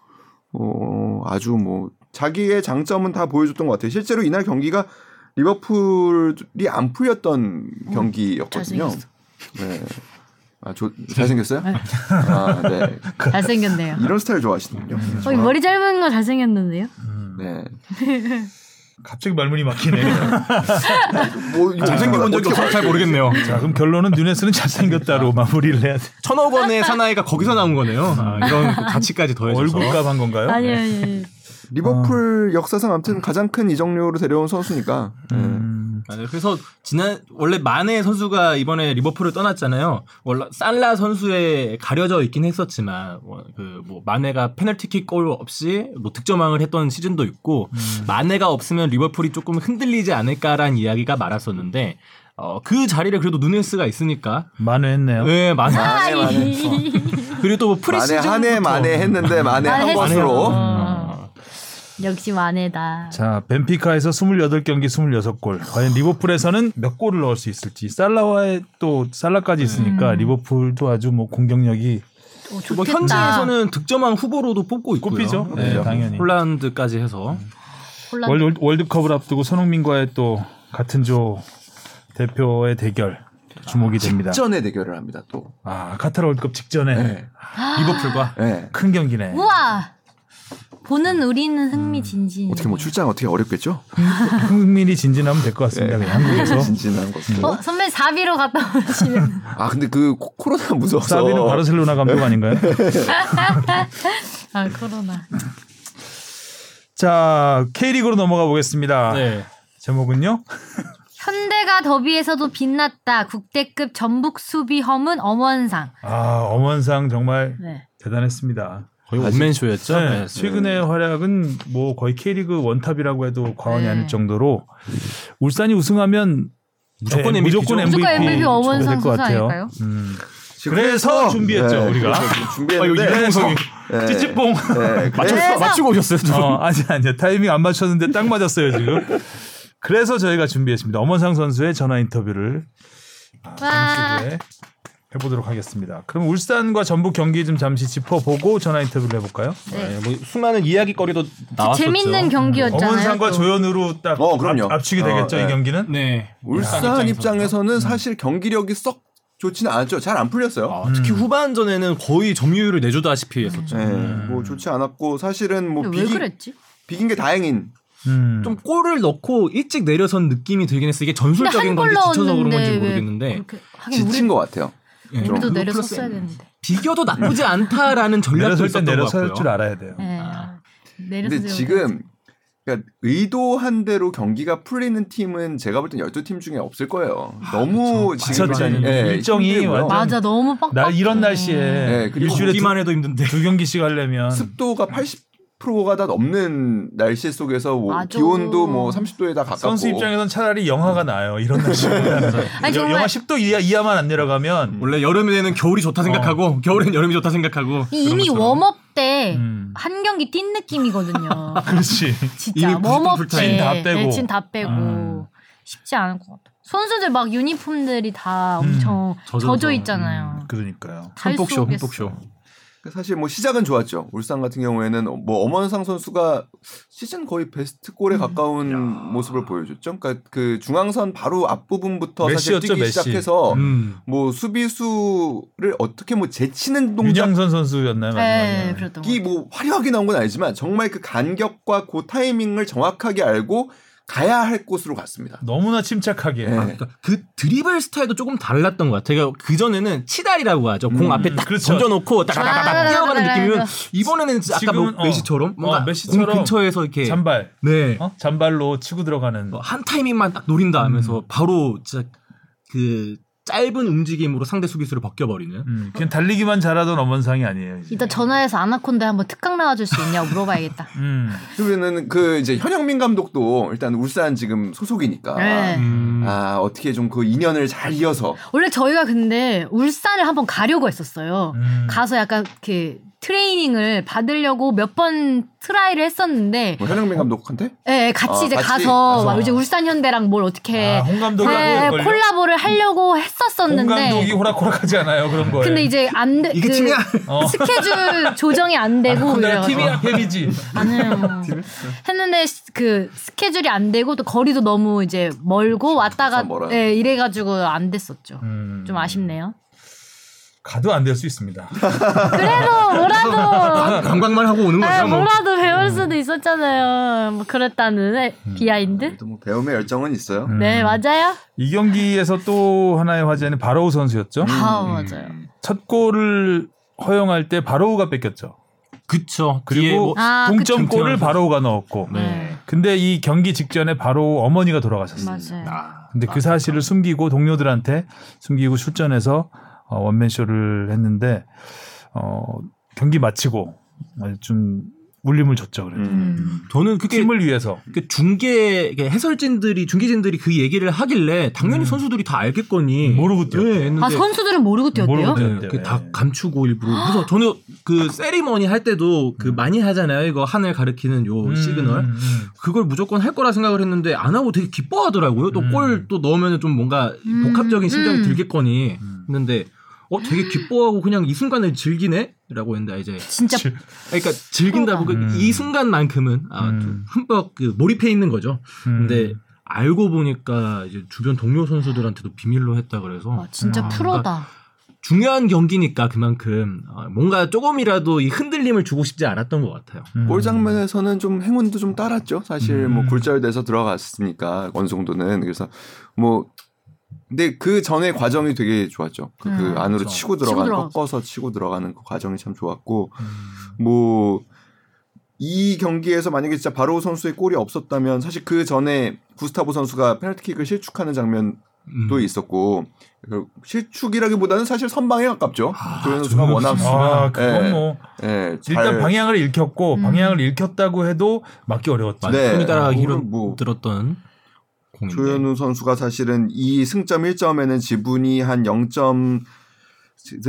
어 아주 뭐 자기의 장점은 다 보여줬던 것 같아요. 실제로 이날 경기가 리버풀이 안 풀렸던 경기였거든요. 음, 잘생겼어. 네. 아, 저, 잘생겼어요? 아, 네. 음. 잘생겼네요. 이런 스타일 좋아하시는군요. 어, 이 머리 짧은 거 잘생겼는데요? 네. 갑자기 말문이 막히네. 뭐, 아, 이거 잘생긴 건 적이 어떻게 네. 없어서 잘 모르겠네요. 자, 그럼 결론은 누네스는 잘생겼다로 마무리를 해야 돼. 천억 원의 사나이가 거기서 나온 거네요. 아, 이런 그 가치까지 더해져서. 월급값 한 어? 건가요? 아니 아니. 네. 아니. 리버풀 어. 역사상 아무튼 가장 큰 이적료로 데려온 선수니까. 네. 음. 맞아요. 그래서 지난 원래 마네 선수가 이번에 리버풀을 떠났잖아요. 원래 살라 선수에 가려져 있긴 했었지만 그뭐 마네가 페널티킥 골 없이 뭐 득점왕을 했던 시즌도 있고 마네가 없으면 리버풀이 조금 흔들리지 않을까라는 이야기가 많았었는데 어, 그 자리를 그래도 누네스가 있으니까 만회했네요. 네 마네 만에 만에 그리고 또뭐 만에 프리시즌 한해 만에 했는데 만에 만에 한 했어. 것으로 어. 음. 역시 만해다. 자, 벤피카에서 28경기 26골. 과연 리버풀에서는 몇 골을 넣을 수 있을지. 살라와의 또 살라까지 있으니까 음. 리버풀도 아주 뭐 공격력이 어, 좋겠다. 뭐 현지에서는 득점왕 후보로도 뽑고 있고요. 꼽히죠. 네, 그렇죠. 당연히. 폴란드까지 해서 콜라 월, 월드, 컵을 앞두고 손흥민과의 또 같은 조 대표의 대결 주목이 됩니다. 전에 대결을 합니다. 또. 아, 카타르 월드컵 직전에 네. 리버풀과 네. 큰 경기네. 우와. 보는 우리는 흥미진진. 어떻게 뭐 출장 어떻게 어렵겠죠? 흥민이 진진하면 될 것 같습니다. 그냥 한국에서 네. 진진한 것으로. 어, 선배 4비로 갔다 오시면 아 근데 그 코- 코로나 무서워서. 사비는 바르셀로나 감독 네. 아닌가요? 아 코로나 자, K리그로 넘어가 보겠습니다. 네. 제목은요? 현대가 더비에서도 빛났다 국대급 전북 수비 허문 엄원상 아, 엄원상 정말 네. 대단했습니다. 거의 원맨쇼였죠. 네, 네. 최근의 활약은 뭐 거의 K리그 원탑이라고 해도 과언이 네. 아닐 정도로 울산이 우승하면 무조건 네, MVP 죠. 무조건 MVP, 무조건 MVP 될 엄원상 것 선수 같아요. 아닐까요? 음. 그래서 준비했죠, 우리가. 네. 그래서 아, 이거 준비했는데. 이동성이. 네. 찌찌뽕. 네, 그래서 맞추, 맞추고 오셨어요. 좀. 어, 아니 아니요 타이밍 안 맞췄는데 딱 맞았어요 지금. 그래서 저희가 준비했습니다. 엄원상 선수의 전화 인터뷰를 와. 잠시 후에 해보도록 하겠습니다. 그럼 울산과 전북 경기 좀 잠시 짚어보고 전화 인터뷰를 해볼까요? 네, 뭐 수많은 이야기거리도 나왔었죠. 음. 재밌는 경기였잖아요. 엄원상과 또. 조현우로 딱 어, 그럼요. 압, 축이 어, 되겠죠 네. 이 경기는. 네. 음. 울산 입장에서는 사실 경기력이 썩 좋지는 않았죠. 잘 안 풀렸어요. 아, 특히 음. 후반전에는 거의 점유율을 내주다시피 했었죠. 네, 음. 뭐 좋지 않았고 사실은 뭐 근데 왜 비긴, 그랬지? 비긴 게 다행인. 음. 좀 골을 넣고 일찍 내려선 느낌이 들긴 했어요. 이게 근데 전술적인 한 건지 골 지쳐서 그런 건지 넣었는데 왜 모르겠는데 그렇게 하긴 지친 우리, 것 같아요. 예, 우리도 좀 내려섰어야 되는데 비겨도 나쁘지 않다라는 전략도 내려설 때 있었던 것 내려설 같고요. 줄 알아야 돼요. 네. 아. 내려서 근데 지금 그러니까 의도한 대로 경기가 풀리는 팀은 제가 볼 땐 12팀 중에 없을 거예요. 아, 너무 지금 예, 지쳤죠. 그렇죠. 그 일정이 힘들고요. 완전- 맞아 너무 빡빡해 나 이런 날씨에 네, 그리고 일주일에 두, 보기만 해도 힘든데. 두 경기씩 하려면 네. 습도가 80%가 다 넘는 날씨 속에서 뭐 맞아. 기온도 뭐 30도에 다 가깝고 선수 입장에선 차라리 영화가 나아요. 이런 날씨보다는 아니, 정말. 영하 10도 이하, 이하만 안 내려가면 원래 여름에 되는 겨울이 좋다 생각하고 겨울엔 여름이 좋다 생각하고 이미 그런 것처럼. 웜업 때 한 음, 경기 뛴 느낌이거든요 그렇지. 진짜 이미 무조건 웜업 불타요. 때 진다 빼고. 네, 진다 빼고 음. 쉽지 않을 것 같아. 선수들 막 유니폼들이 다 엄청 젖어서. 젖어 있잖아요. 음, 그러니까요. 다 할수 흠뻑쇼, 없겠어. 흠뻑쇼. 사실 뭐 시작은 좋았죠. 울산 같은 경우에는 뭐 엄원상 선수가 시즌 거의 베스트 음. 골에 가까운 모습을 보여줬죠. 그러니까 그 중앙선 바로 앞부분부터 사실 메시였죠, 뛰기 메시. 시작해서 음. 뭐 수비수를 어떻게 뭐 제치는 동작이 윤영선 선수였나요? 네, 마지막에? 그랬던 것 같아요. 뭐 화려하게 나온 건 아니지만 정말 그 간격과 그 타이밍을 정확하게 알고 가야 할 곳으로 갔습니다. 너무나 침착하게. 네. 그러니까 그 드리블 스타일도 조금 달랐던 것 같아요. 그 전에는 치달이라고 하죠. 공 앞에 딱 그렇죠. 던져놓고 따다다다 뛰어가는 느낌이면 이번에는 아까 뭐 지금은, 어. 메시처럼 뭔가 어, 메시처럼 공 근처에서 이렇게 잔발, 네. 뭐 어? 잔발로 치고 들어가는. 음. 어, 한 타이밍만 딱 노린다 하면서 바로 진짜 그 짧은 움직임으로 상대 수비수를 벗겨버리는. 음, 그냥 달리기만 잘하던 엄원상이 아니에요. 이제. 이따 전화해서 아나콘데 한번 특강 나와줄 수 있냐고 물어봐야겠다. 음. 그러면은 그 이제 현영민 감독도 일단 울산 지금 소속이니까 네. 음. 아 어떻게 좀 그 인연을 잘 이어서 원래 저희가 근데 울산을 한번 가려고 했었어요. 음. 가서 약간 그 트레이닝을 받으려고 몇 번 트라이를 했었는데, 뭐 현영민 감독한테 예, 예, 같이 아, 이제 같이 가서 가서. 막 이제 울산 현대랑 뭘 어떻게 아, 홍 감독이 예, 아니에요. 콜라보를 하려고 홍 감독이 했었었는데, 호락호락하지 않아요 그런 거에. 근데 이제 안 돼. 그 이게 팀이야. 어. 스케줄 조정이 안 되고 근데 이래가지고. 팀이 앞에비지. 음. 아니에요. 네. 했는데 시- 그 스케줄이 안 되고 또 거리도 너무 이제 멀고 왔다가 멀어요. 예, 이래가지고 안 됐었죠. 음. 좀 아쉽네요. 가도 안 될 수 있습니다. 그래도 뭐라도 관광만 하고 오는 아, 거죠. 뭐. 뭐라도 배울 수도 있었잖아요. 뭐 그랬다는 애- 비하인드. 또 뭐 배움의 열정은 음. 있어요. 네 맞아요. 이 경기에서 또 하나의 화제는 바로우 음. 선수였죠. 아 맞아요. 첫 골을 허용할 때 바로우가 뺏겼죠. 그쵸. 뒤에 그리고 뭐- 아, 동점골을 그쵸. 바로우가 넣었고. 네. 근데 이 경기 직전에 바로우 어머니가 돌아가셨어요. 맞아요. 아, 근데 그 사실을 숨기고 동료들한테 숨기고 출전해서 어, 원맨 쇼를 했는데 어, 경기 마치고 아주 좀 울림을 줬죠. 그래도. 음. 저는 그게 팀을 위해서. 그 중계 이게 해설진들이 중계진들이 그 얘기를 하길래 당연히 선수들이 다 알겠거니 음. 모르고 뛰었대요. 예, 했는데 아 선수들은 모르고 뛰었대요? 모르고 뛰었대요. 네, 그다 감추고 일부러 그래서 저는 그 세리머니 할 때도 그 많이 하잖아요 이거 하늘 가리키는 요 음, 뭐 시그널 음, 음. 그걸 무조건 할 거라 생각을 했는데 안 하고 되게 기뻐하더라고요 또 음. 골 또 넣으면 좀 뭔가 음, 복합적인 심정이 음. 들겠거니 음. 했는데 어 되게 기뻐하고 그냥 이 순간을 즐기네라고 했는데 아, 이제 진짜 칠- 그러니까 즐긴다고 그 음. 이 순간만큼은 아, 음. 좀 흠뻑 그 몰입해 있는 거죠 음. 근데 알고 보니까 이제 주변 동료 선수들한테도 비밀로 했다 그래서 와, 진짜 아, 그러니까 프로다. 중요한 경기니까 그만큼 아, 뭔가 조금이라도 이 흔들림을 주고 싶지 않았던 것 같아요. 음. 골 장면에서는 좀 행운도 좀 따랐죠. 사실 뭐 음. 골절돼서 들어갔으니까 어느 정도는 그래서 뭐 근데 그 전에 과정이 되게 좋았죠. 그, 그 음, 안으로 그렇죠. 치고 치고 들어가는 들어가서. 꺾어서 치고 들어가는 그 과정이 참 좋았고 음. 뭐 이 경기에서 만약에 진짜 바로 선수의 골이 없었다면 사실 그 전에 구스타보 선수가 페널티킥을 실축하는 장면도 음. 있었고 그 실축이라기보다는 사실 선방에 가깝죠. 아, 조현 선수가 저는 워낙 아, 그건 예, 뭐 예, 잘- 일단 방향을 읽혔고 음. 방향을 읽혔다고 해도 막기 어려웠죠. 네. 손이 따라 힘을 오늘 뭐 들었던 공인데. 조현우 선수가 사실은 이 승점 1점에는 지분이 한 0점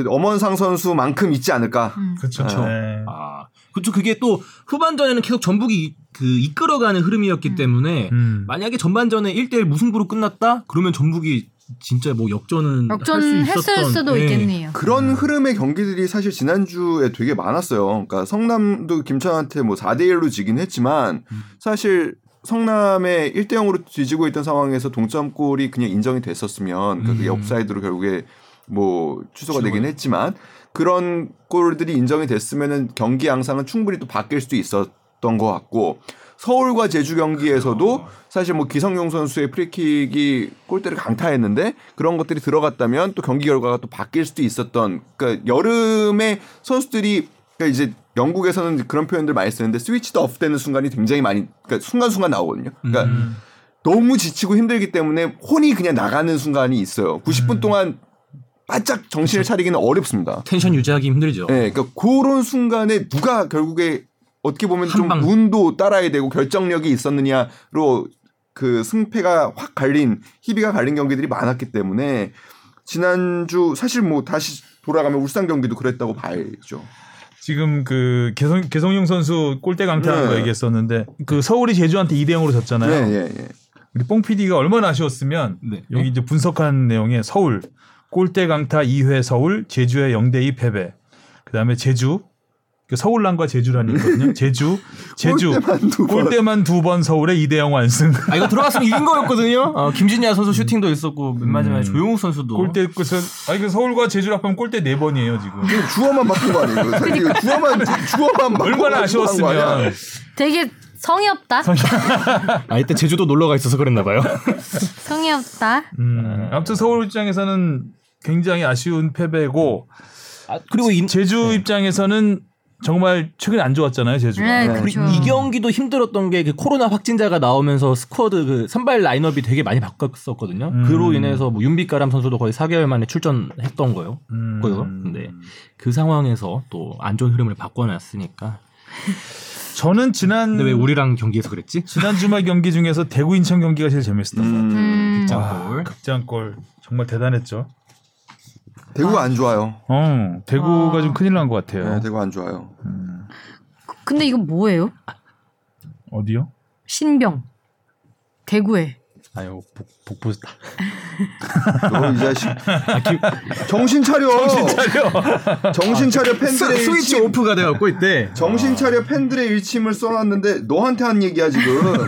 엄원상 선수만큼 있지 않을까. 음. 그렇죠. 그쵸. 아, 그쵸. 그게 또 후반전에는 계속 전북이 그 이끌어가는 음. 흐름이었기 때문에 음. 음. 만약에 전반전에 1대1 무승부로 끝났다? 그러면 전북이 진짜 뭐 역전은 할수 역전했을 있었던- 수도 예. 있겠네요. 그런 흐름의 경기들이 사실 지난주에 되게 많았어요. 그러니까 성남도 김천한테 뭐 4대 1로 지긴 했지만 사실 성남의 1대 0으로 뒤지고 있던 상황에서 동점골이 그냥 인정이 됐었으면 그러니까 그게 음. 업사이드로 결국에 뭐 취소가 되긴 취소가 했지만 그런 골들이 인정이 됐으면은 경기 양상은 충분히 또 바뀔 수도 있었던 것 같고 서울과 제주 경기에서도 그렇죠. 사실 뭐 기성용 선수의 프리킥이 골대를 강타했는데 그런 것들이 들어갔다면 또 경기 결과가 또 바뀔 수도 있었던 그러니까 여름에 선수들이 그러니까 이제 영국에서는 그런 표현들 많이 쓰는데 스위치도 업되는 순간이 굉장히 많이 그러니까 순간순간 나오거든요. 그러니까 음. 너무 지치고 힘들기 때문에 혼이 그냥 나가는 순간이 있어요. 음. 90분 동안 바짝 정신을 그렇죠. 차리기는 어렵습니다. 텐션 유지하기 힘들죠. 예, 그러니까 그런 순간에 누가 결국에 어떻게 보면 한 좀 방. 운도 따라야 되고 결정력이 있었느냐로 그 승패가 확 갈린 희비가 갈린 경기들이 많았기 때문에 지난주 사실 뭐 다시 돌아가면 울산 경기도 그랬다고 봐야죠. 지금 그 개성 개성용 선수 골대 강타한 네. 거 얘기했었는데 그 서울이 제주한테 2대 0으로 네, 졌잖아요. 예, 예. 우리 뽕 PD가 얼마나 아쉬웠으면 네. 여기 이제 분석한 내용에 서울 골대 강타 2회 서울 제주의 0대 2 패배. 그다음에 제주 그 서울랑과 제주라는 거거든요. 제주 제주 골대만 두 번. 골대만 두 번 서울의 2대 0 완승. 아 이거 들어갔으면 이긴 거였거든요. 어, 김진야 음. 선수 슈팅도 있었고 맨 마지막에 조용욱 선수도 골대 끝은 아니 그 서울과 제주랑 합하면 골대 네 번이에요 아, 지금. 이거 주어만 바꾼 거 아니에요? 이거 주어만 주어만 바꿔 그러니까. 네 얼마나 아쉬웠으면 되게 성의 없다. 아 이때 제주도 놀러 가 있어서 그랬나 봐요. 성의 없다. 네. 음, 아무튼 서울 입장에서는 굉장히 아쉬운 패배고 그리고 인, 제주 입장에서는 정말 최근에 안 좋았잖아요 제주가. 네, 그- 우리 그렇죠. 이 경기도 힘들었던 게 그 코로나 확진자가 나오면서 스쿼드 그 선발 라인업이 되게 많이 바뀌었었거든요. 음. 그로 인해서 뭐 윤빛가람 선수도 거의 4개월 만에 출전했던 거요. 음. 거요. 근데 그 상황에서 또 안 좋은 흐름을 바꿔놨으니까. 저는 지난 근데 왜 우리랑 경기에서 그랬지? 지난 주말 경기 중에서 대구 인천 경기가 제일 재밌었던 것 같아요. 음. 짱골. 극장골 정말 대단했죠. 대구 안 좋아요. 어, 대구가 아. 좀 큰일 난 것 같아요. 네, 대구 안 좋아요. 그- 근데 이건 뭐예요? 어디요? 신병. 대구에. 아유 복, 복부 너 이 자식. 아, 기, 정신 차려. 정신 차려. 정신 차려 팬들의 스위치 일침. 오프가 돼갖고 이때 정신 차려 팬들의 일침을 써놨는데 너한테 한 얘기야 지금.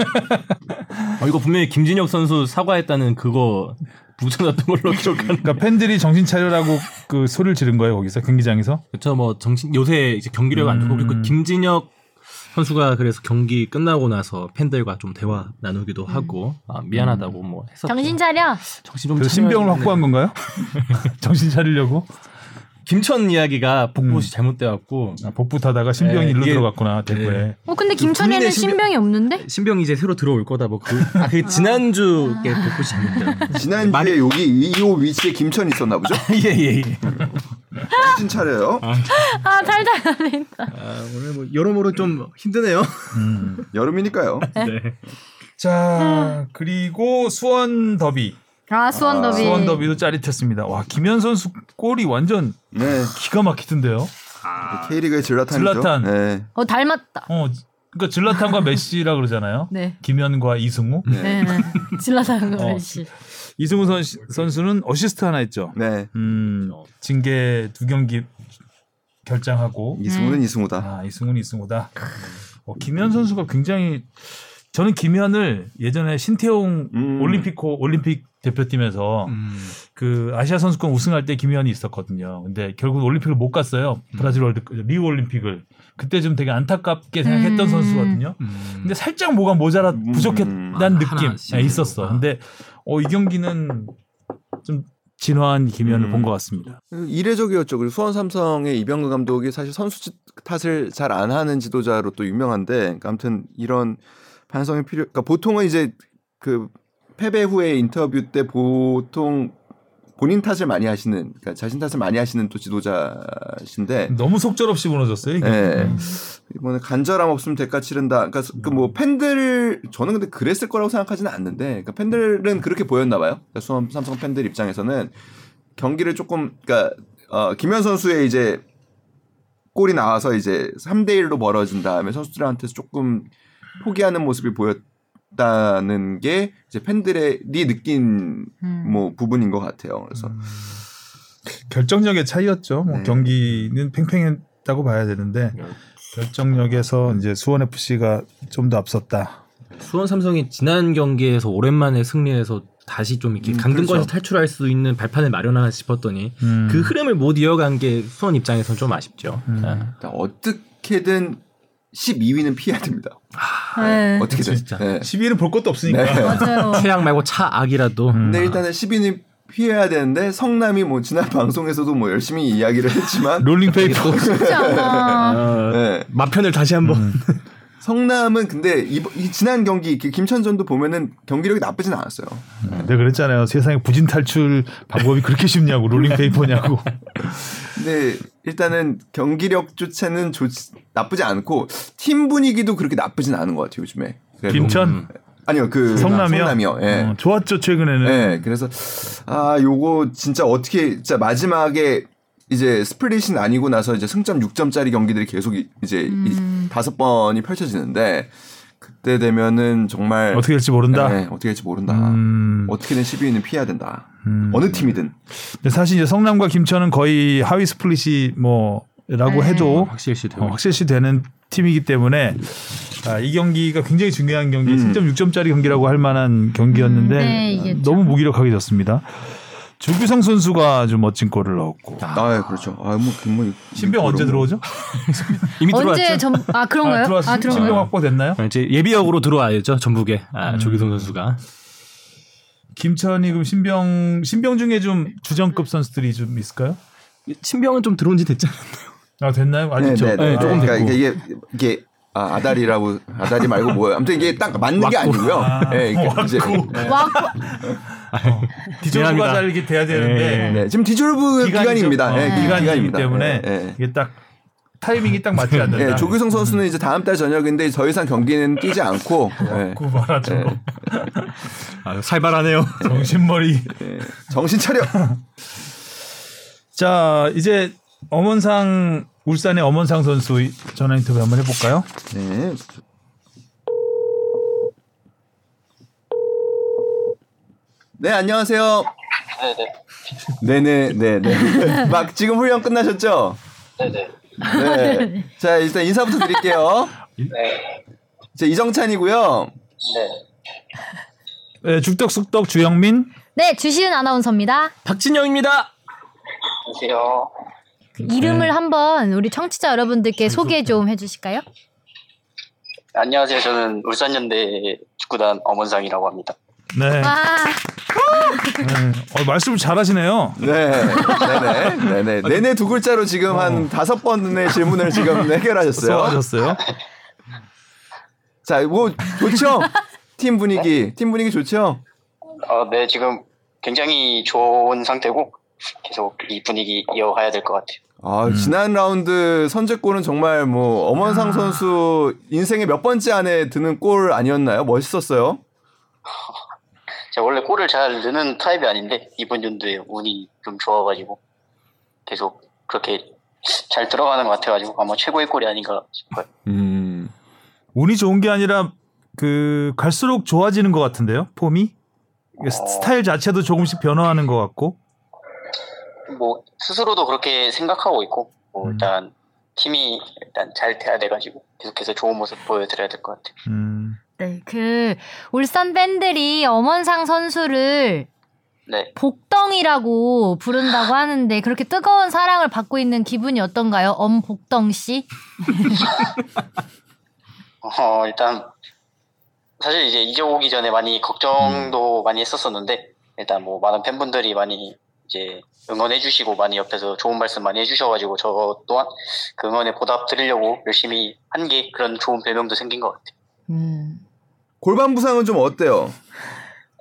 어, 이거 분명히 김진혁 선수 사과했다는 그거 붙여놨던 걸로 기억하는 그러니까 팬들이 정신 차려라고 그 소리를 지른 거예요 거기서 경기장에서. 그렇죠. 뭐 정신 요새 이제 경기력 안 좋고 음. 그리고 김진혁 선수가 그래서 경기 끝나고 나서 팬들과 좀 대화 나누기도 하고 아, 미안하다고 뭐 했었죠. 정신 차려. 정신 좀 그래서 차려야 신병을 되는데. 확보한 건가요? 정신 차리려고 김천 이야기가 복붙이 잘못돼갖고 아, 복붙하다가 신병이 네, 일로 이게- 들어갔구나 대구에. 어 근데 김천에는 국내 신병- 신병이 없는데? 신병 이제 새로 들어올 거다 뭐그 아, 그 지난주 게 복붙이 잘못돼. 지난주에 여기 2호 위치에 김천이 있었나 보죠? 예예예. 정신 차려요. 아 달달 나네. 오늘 뭐 여러모로 좀 힘드네요. 음. 여름이니까요. 자 그리고 수원 더비. 아 수원 아. 더비. 수원 더비도 짜릿했습니다. 와 김현 선수 골이 완전 네. 기가 막히던데요. K리그의 질라탄이죠. 질라탄. 네. 어 닮았다. 어, 그러니까 질라탄과 메시라 그러잖아요. 네. 김현과 이승우. 네. 네. 질라사는 어. 거 씨. 이승우 선, 선수는 어시스트 하나 했죠. 네. 음, 징계 두 경기 결정하고 이승우는 이승우다. 아 이승훈 이승우다. 어, 음. 김현 선수가 굉장히 저는 김현을 예전에 신태용 음. 올림픽코 올림픽 대표팀에서 음, 그 아시아 선수권 우승할 때 김현이 있었거든요. 근데 결국 올림픽을 못 갔어요. 음. 브라질 월드 리우 올림픽을 그때 좀 되게 안타깝게 생각했던 음. 선수거든요. 근데 살짝 뭐가 모자라 음. 부족했다는 아, 느낌 하나씩. 아. 예, 있었어. 근데 어, 이 경기는 좀 진화한 김현을 음. 본 것 같습니다. 이례적이었죠. 그리고 수원 삼성의 이병근 감독이 사실 선수 탓을 잘 안 하는 지도자로 또 유명한데, 그러니까 아무튼 이런 반성이 필요. 그러니까 보통은 이제 그 패배 후에 인터뷰 때 보통 본인 탓을 많이 하시는, 그러니까 자신 탓을 많이 하시는 또 지도자신데, 너무 속절없이 네. 무너졌어요. 이게. 예. 음. 이번에 간절함 없으면 대가 치른다. 그러니까 그 뭐 팬들 저는 근데 그랬을 거라고 생각하지는 않는데 그러니까 음. 팬들은 그렇게 보였나 봐요. 그러니까 수원 삼성 팬들 입장에서는 경기를 조금 그러니까 어, 김현 선수의 이제 골이 나와서 이제 3대 1로 벌어진 다음에 선수들한테서 조금 포기하는 모습이 보였다는 게 이제 팬들이 느낀 음. 뭐 부분인 것 같아요. 그래서 결정력의 차이였죠. 뭐 네. 경기는 팽팽했다고 봐야 되는데 결정력에서 이제 수원 FC가 좀 더 앞섰다. 수원 삼성이 지난 경기에서 오랜만에 승리해서 다시 좀 이렇게 음, 강등권에서 그렇죠. 탈출할 수 있는 발판을 마련하나 싶었더니 그 흐름을 못 이어간 게 수원 입장에서는 좀 아쉽죠. 음. 아, 일단 어떻게든 12위는 피해야 됩니다. 아, 예. 네. 어떻게든 진짜. 네. 12위는 볼 것도 없으니까. 네. 맞아요. 최악 말고 차악이라도 음. 네. 네. 근데 일단은 10위는 피해야 되는데 성남이 뭐 지난 방송에서도 뭐 열심히 이야기를 했지만 롤링 페이퍼. 쉽지 않아. 어, 네. 마편을 다시 한번 음. 성남은 근데 이번- 이 지난 경기 그 김천전도 보면은 경기력이 나쁘진 않았어요. 내가 네, 그랬잖아요. 세상에 부진 탈출 방법이 그렇게 쉽냐고 롤링 페이퍼냐고. 근데 일단은 경기력조차는 좋지, 나쁘지 않고 팀 분위기도 그렇게 나쁘진 않은 것 같아요 요즘에. 그래도- 김천 아니요 그 음. 성남이요. 성남이요. 예. 어, 좋았죠 최근에는. 네, 그래서 아 요거 진짜 어떻게 진짜 마지막에 이제 스플릿이 나뉘고 나서 이제 승점 6점짜리 경기들이 계속 이- 이제 음. 이 다섯 번이 펼쳐지는데 그때 되면은 정말 어떻게 될지 모른다. 네, 어떻게 할지 모른다. 음. 어떻게든 12위는 피해야 된다. 음. 어느 팀이든 근데 사실 이제 성남과 김천은 거의 하위 스플릿이 뭐라고 해도 확실시 되고 어, 확실시 되는 팀이기 때문에 아, 이 경기가 굉장히 중요한 경기, 음. 10.6점짜리 경기라고 할 만한 경기였는데 음, 네, 이겼죠. 너무 무기력하게 졌습니다. 주규성 선수가 좀 멋진 골을 넣었고 아, 예, 그렇죠. 아, 뭐, 그, 뭐 신병 언제 들어오죠? 이미 들어왔죠. 언제 전 아 그런가요? 들어왔어요? 아 들어온 신병 거요. 확보됐나요? 아, 이제 예비역으로 들어와야죠 전북에 아, 음. 조기성 선수가 김천이 그럼 신병 신병 중에 좀 주전급 선수들이 좀 있을까요? 친병은 좀 들어온 지 됐잖아요. 아 됐나요? 아직 저- 네, 네, 조금 그러니까 됐고. 이게 이게 아, 아다리라고 아다리 말고 뭐예요? 아무튼 이게 딱 맞는 게 아니고요. 네, 그러니까 이제 디저브가 잘 이렇게 돼야 되는데 네, 지금 디졸브 기간이죠. 기간입니다. 어, 네, 기간이기 기간입니다. 때문에 네, 네. 이게 딱 타이밍이 딱 맞지 않는다. 예, 조규성 선수는 이제 다음 달 저녁인데 더 이상 경기는 뛰지 않고 예, 그 말아 저거 아, 살벌하네요. 정신머리. 정신 차려. 자 이제 엄원상 울산의 엄원상 선수 이- 전화 인터뷰 한번 해볼까요? 네. 네, 안녕하세요. 네네. 네네, 네네. 막 지금 훈련 끝나셨죠? 네네. 네. 자, 일단 인사부터 드릴게요. 네. 제 이정찬이고요. 네. 네, 죽덕 숙덕 주영민 네, 주시은 아나운서입니다. 박진영입니다. 안녕하세요. 그 네. 이름을 한번 우리 청취자 여러분들께 소개 좀 해주실까요? 안녕하세요. 저는 울산연대 축구단 엄원상이라고 합니다. 네, 아. 와, 네. 어, 말씀을 잘하시네요. 네. 네네. 네네. 네네 두 글자로 지금 한 다섯 번의 질문을 지금 해결하셨어요. 수고하셨어요. 자, 뭐, 좋죠? 팀 분위기. 팀 분위기 좋죠? 어, 네, 지금 굉장히 좋은 상태고 계속 이 분위기 이어가야 될 것 같아요. 아, 지난 라운드 선제골은 정말 뭐 엄원상 선수 인생의 몇 번째 안에 드는 골 아니었나요? 멋있었어요. 제가 원래 골을 잘 넣는 타입이 아닌데 이번 연도에 운이 좀 좋아가지고 계속 그렇게 잘 들어가는 것 같아가지고 아마 최고의 골이 아닌가 싶어요. 음. 운이 좋은 게 아니라 그 갈수록 좋아지는 것 같은데요 폼이 스- 스타일 자체도 조금씩 변화하는 것 같고 뭐 스스로도 그렇게 생각하고 있고 뭐 음. 일단 팀이 일단 잘 돼야 돼가지고 계속해서 좋은 모습 보여드려야 될 것 같아요. 음, 네, 그 울산 팬들이 엄원상 선수를 네. 복덩이라고 부른다고 하는데 그렇게 뜨거운 사랑을 받고 있는 기분이 어떤가요, 엄복덩 씨? 어, 일단 사실 이제 이제 오기 전에 많이 걱정도 많이 했었었는데 일단 뭐 많은 팬분들이 많이 이제 응원해주시고 많이 옆에서 좋은 말씀 많이 해주셔가지고 저 또한 그 응원에 보답 드리려고 열심히 한 게 그런 좋은 별명도 생긴 것 같아요. 음, 골반 부상은 좀 어때요?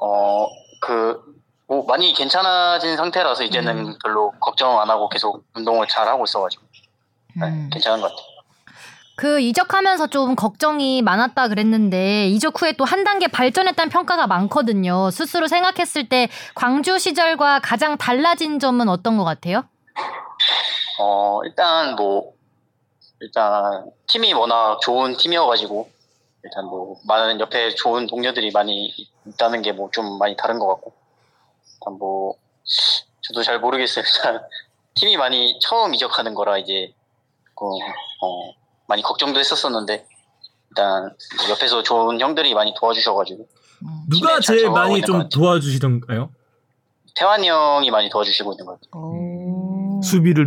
어, 그, 뭐, 많이 괜찮아진 상태라서 이제는 별로 걱정 안 하고 계속 운동을 잘 하고 있어가지고. 네, 음. 괜찮은 것 같아요. 그 이적하면서 좀 걱정이 많았다 그랬는데 이적 후에 또 한 단계 발전했다는 평가가 많거든요. 스스로 생각했을 때 광주 시절과 가장 달라진 점은 어떤 것 같아요? 어, 일단 뭐, 일단 팀이 워낙 좋은 팀이어가지고, 일단 뭐, 많은 옆에 좋은 동료들이 많이 있다는 게 뭐 좀 많이 다른 것 같고. 일단 뭐, 저도 잘 모르겠어요. 일단 팀이 많이 처음 이적하는 거라 이제, 그, 어, 많이 걱정도 했었었는데, 일단 뭐 옆에서 좋은 형들이 많이 도와주셔가지고, 누가 팀에 잘 제일 적응하고 많이 있는 것 좀 같아요. 도와주시던가요? 태환이 형이 많이 도와주시고 있는 것 같아요. 오. 음. 수비를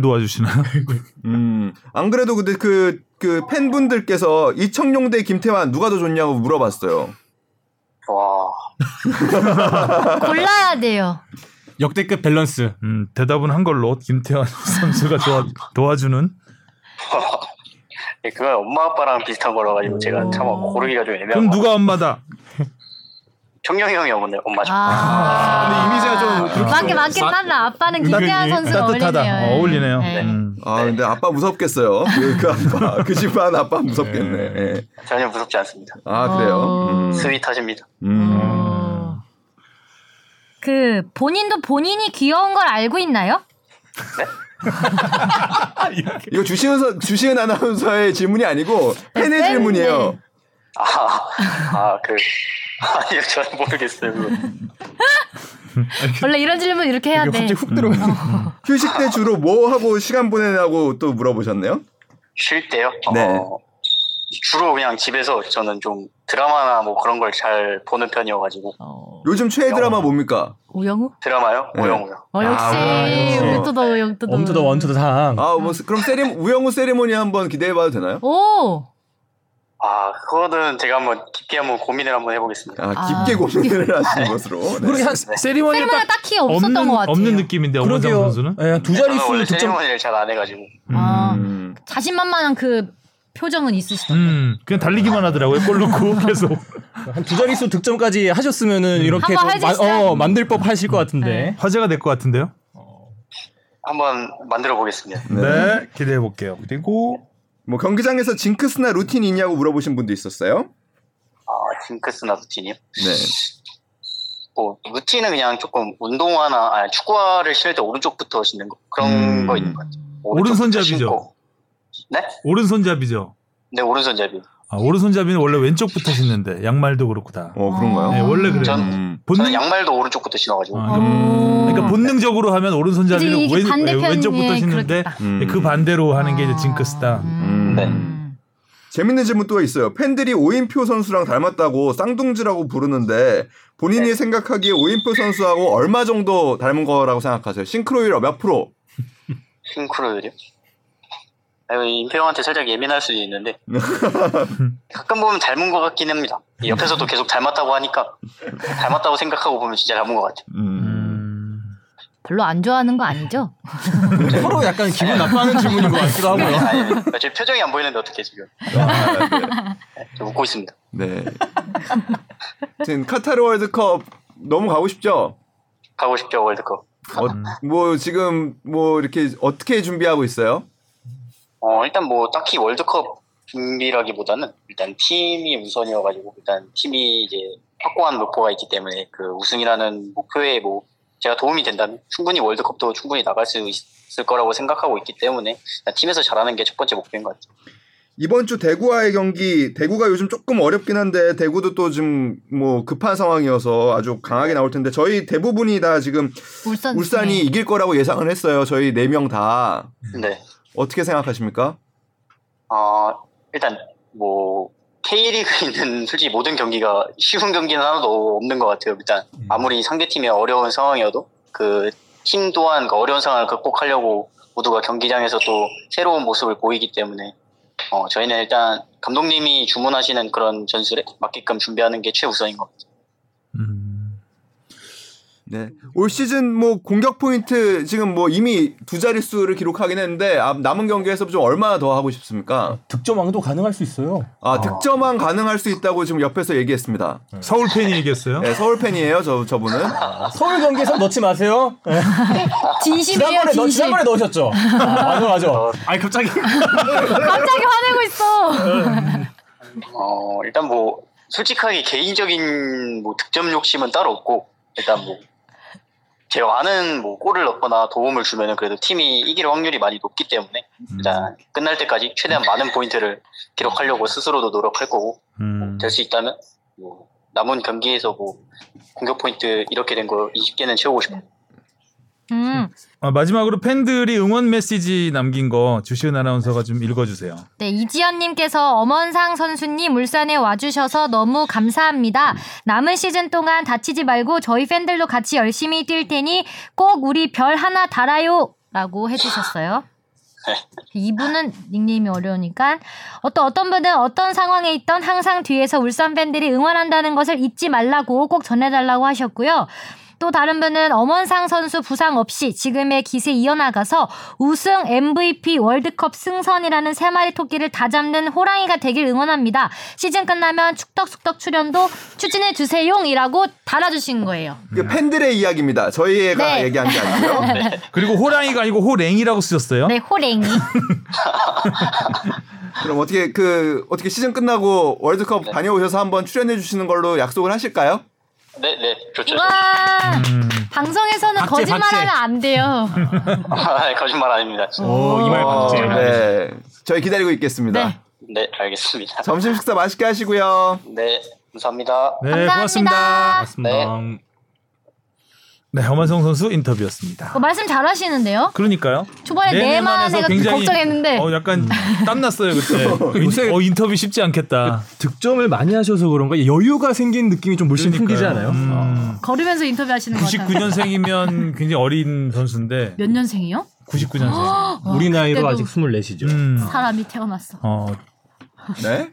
도와주시나요? 음. 안 그래도 근데 그, 그 팬분들께서 이청용 대 김태환 누가 더 좋냐고 물어봤어요. 와, 골라야 돼요. 역대급 밸런스. 음, 대답은 한 걸로 김태환 선수가 도와, 도와주는 예, 그건 엄마 아빠랑 비슷한 거라 가지고 제가 참 고르기가 좀 애매한 그럼 것 같아요. 누가 엄마다? 청룡이 형이 오늘 엄마죠. 아. 근데 이미지가 좀 그렇게 맞게 좀 맞긴 싸- 맞나 아빠는 은근히 김태환 선수가 따뜻하다. 어울리네요. 어, 울리네요 네. 음. 아, 근데 아빠 무섭겠어요. 그, 그 아빠, 그 집안 아빠 무섭겠네. 예. 전혀 무섭지 않습니다. 아, 그래요? 스윗하십니다. 음. 음. 아. 어. 그 본인도 본인이 귀여운 걸 알고 있나요? 이거 주시은, 선- 주시은 아나운서의 질문이 아니고 팬의 팬, 질문이에요. 아, 아, 그, 아니요, 잘 모르겠어요. 그거. 원래 이런 질문 이렇게 해야 돼. 갑자기 훅 들어가요. 음. 휴식 때 주로 뭐 하고 시간 보내냐고 또 물어보셨네요. 쉴 때요? 어, 네. 주로 그냥 집에서 저는 좀 드라마나 뭐 그런 걸 잘 보는 편이어가지고. 요즘 최애 드라마 뭡니까? 오영우? 드라마요? 네. 오영우요. 아, 어 역시 오영우. 우리 또더 오영 또더. 엄투 더 원투 더 상. 아, 뭐 세- 그럼 세리 우영우 세리머니 한번 기대해봐도 되나요? 오. 아, 그거는 제가 한번 깊게 한번 고민을 한번 해보겠습니다. 아, 깊게 아. 고민을 하신 것으로. 네. 그렇게 한 세리머니를 세리머니가 딱 딱히 없었던 없는 것 같아요. 없는 느낌인데 엄원상 그러게요. 선수는 예, 두 저는 자릿수 아, 원래 득점 세리머니를 잘 안 해가지고. 아, 음. 음. 자신만만한 그 표정은 있으시던데. 음, 그냥 달리기만 하더라고요. 골 넣고 계속. 한 두 자릿수 득점까지 하셨으면은 이렇게 한번 좀 네. 마- 해주시죠. 어, 만들 법 하실 것 같은데. 화제가 될 것 같은데요. 한번 만들어 보겠습니다. 네, 기대해 볼게요. 그리고 뭐 경기장에서 징크스나 루틴이 있냐고 물어보신 분도 있었어요. 아, 징크스나 루틴이요? 네. 뭐, 루틴은 그냥 조금 운동화나, 아니, 축구화를 신을 때 오른쪽부터 신는 거. 그런 음. 거 있는 것 같아요. 오른손잡이죠? 신고. 네? 오른손잡이죠. 네, 오른손잡이. 아, 오른손잡이는 원래 왼쪽부터 신는데 양말도 그렇고 다. 어 그런가요? 네, 원래 그래요. 전- 음. 저는 본능. 양말도 오른쪽부터 신어가지고. 아, 어. 그러니까 본능적으로 하면 오른손잡이는 이제 이게 왼, 반대편이 왼쪽부터 신는데 그렇겠다. 음. 그 반대로 하는 게 이제 아. 징크스다. 음. 네. 재밌는 질문 또 있어요. 팬들이 오인표 선수랑 닮았다고 쌍둥지라고 부르는데 본인이 네. 생각하기에 오인표 선수하고 얼마 정도 닮은 거라고 생각하세요? 싱크로율 몇 프로? 싱크로율이요? 아유, 임페형한테 살짝 예민할 수도 있는데. 가끔 보면 닮은 것 같긴 합니다. 음. 옆에서도 계속 닮았다고 하니까. 닮았다고 생각하고 보면 진짜 닮은 것 같아요. 음. 음. 별로 안 좋아하는 거 아니죠? 서로 약간 기분 나빠하는 질문인 것 같기도 하고요. 아니, 제 표정이 안 보이는데 어떻게 지금. 아, 네. 저 웃고 있습니다. 네. 하여튼 카타르 월드컵 너무 가고 싶죠? 가고 싶죠, 월드컵. 어, 뭐 지금 뭐 이렇게 어떻게 준비하고 있어요? 어, 일단 뭐 딱히 월드컵 준비라기보다는 일단 팀이 우선이어가지고 일단 팀이 이제 확고한 목표가 있기 때문에 그 우승이라는 목표에 뭐 제가 도움이 된다면 충분히 월드컵도 충분히 나갈 수 있을 거라고 생각하고 있기 때문에 일단 팀에서 잘하는 게 첫 번째 목표인 것 같아요. 이번 주 대구와의 경기 대구가 요즘 조금 어렵긴 한데 대구도 또 지금 뭐 급한 상황이어서 아주 강하게 나올 텐데 저희 대부분이 다 지금 울산. 울산이 이길 거라고 예상을 했어요. 저희 네 명 다 네. 어떻게 생각하십니까? 어, 일단 뭐 K리그 있는 솔직히 모든 경기가 쉬운 경기는 하나도 없는 것 같아요. 일단 아무리 상대팀이 어려운 상황이어도 그 팀 또한 그 어려운 상황을 극복하려고 모두가 경기장에서 또 새로운 모습을 보이기 때문에 어, 저희는 일단 감독님이 주문하시는 그런 전술에 맞게끔 준비하는 게 최우선인 것 같아요. 음. 네. 올 시즌 뭐 공격 포인트 지금 뭐 이미 두 자릿수를 기록하긴 했는데 아, 남은 경기에서 좀 얼마나 더 하고 싶습니까? 득점왕도 가능할 수 있어요. 아, 득점왕 가능할 수 있다고 지금 옆에서 얘기했습니다. 서울 팬이 얘기했어요. 네, 서울 팬이에요, 저, 저분은. 서울 경기에서 넣지 마세요. 진심이에요, 지난번에 넣 진심. 지난번에 넣으셨죠. 맞아 어. 맞아. 아니 갑자기 갑자기 화내고 있어. 어, 일단 뭐 솔직하게 개인적인 뭐 득점 욕심은 따로 없고 일단 뭐 제가 많은 뭐 골을 넣거나 도움을 주면은 그래도 팀이 이길 확률이 많이 높기 때문에 음. 일단 끝날 때까지 최대한 많은 포인트를 기록하려고 스스로도 노력할 거고 음. 될 수 있다면 뭐 남은 경기에서 뭐 공격 포인트 이렇게 된 거 20개는 채우고 싶어요. 음. 아, 마지막으로 팬들이 응원 메시지 남긴 거 주시은 아나운서가 좀 읽어주세요. 네, 이지연님께서 엄원상 선수님 울산에 와주셔서 너무 감사합니다. 남은 시즌 동안 다치지 말고 저희 팬들도 같이 열심히 뛸 테니 꼭 우리 별 하나 달아요. 라고 해주셨어요. 이분은 닉네임이 어려우니까 어떤 어떤 분은 어떤 상황에 있던 항상 뒤에서 울산 팬들이 응원한다는 것을 잊지 말라고 꼭 전해달라고 하셨고요. 또 다른 분은 엄원상 선수 부상 없이 지금의 기세 이어나가서 우승 MVP 월드컵 승선이라는 세 마리 토끼를 다 잡는 호랑이가 되길 응원합니다. 시즌 끝나면 축덕숙덕 출연도 추진해 주세요이라고 달아주신 거예요. 그 팬들의 이야기입니다. 저희가 네. 얘기한 게 아니고요. 그리고 호랑이가 아니고 호랭이라고 쓰셨어요. 네, 호랭이. 그럼 어떻게 그 어떻게 시즌 끝나고 월드컵 네. 다녀오셔서 한번 출연해 주시는 걸로 약속을 하실까요? 네, 네, 좋죠. 와 음. 방송에서는 박제, 거짓말하면 박제. 안 돼요. 거짓말 아닙니다. 어. 이말 박제. 네. 저희 기다리고 있겠습니다. 어, 네. 네, 알겠습니다. 점심 식사 맛있게 하시고요. 네, 감사합니다. 네, 감사합니다. 고맙습니다. 맞습니다. 네, 엄한성 선수 인터뷰였습니다. 어, 말씀 잘하시는데요. 그러니까요. 초반에 내만 해서 내가 걱정했는데. 네 어, 약간 땀 났어요 그때. 그 인- 어, 인터뷰 쉽지 않겠다. 득점을 많이 하셔서 그런가 여유가 생긴 느낌이 좀 물씬 풍기지 않아요? 어, 음, 걸으면서 인터뷰하시는 것 같아요. 99년생이면 굉장히 어린 선수인데 몇 년생이요? 아. 99년생. 어, 우리 나이로 그때도- 아직 24시죠. 음, 사람이 태어났어. 어, 네.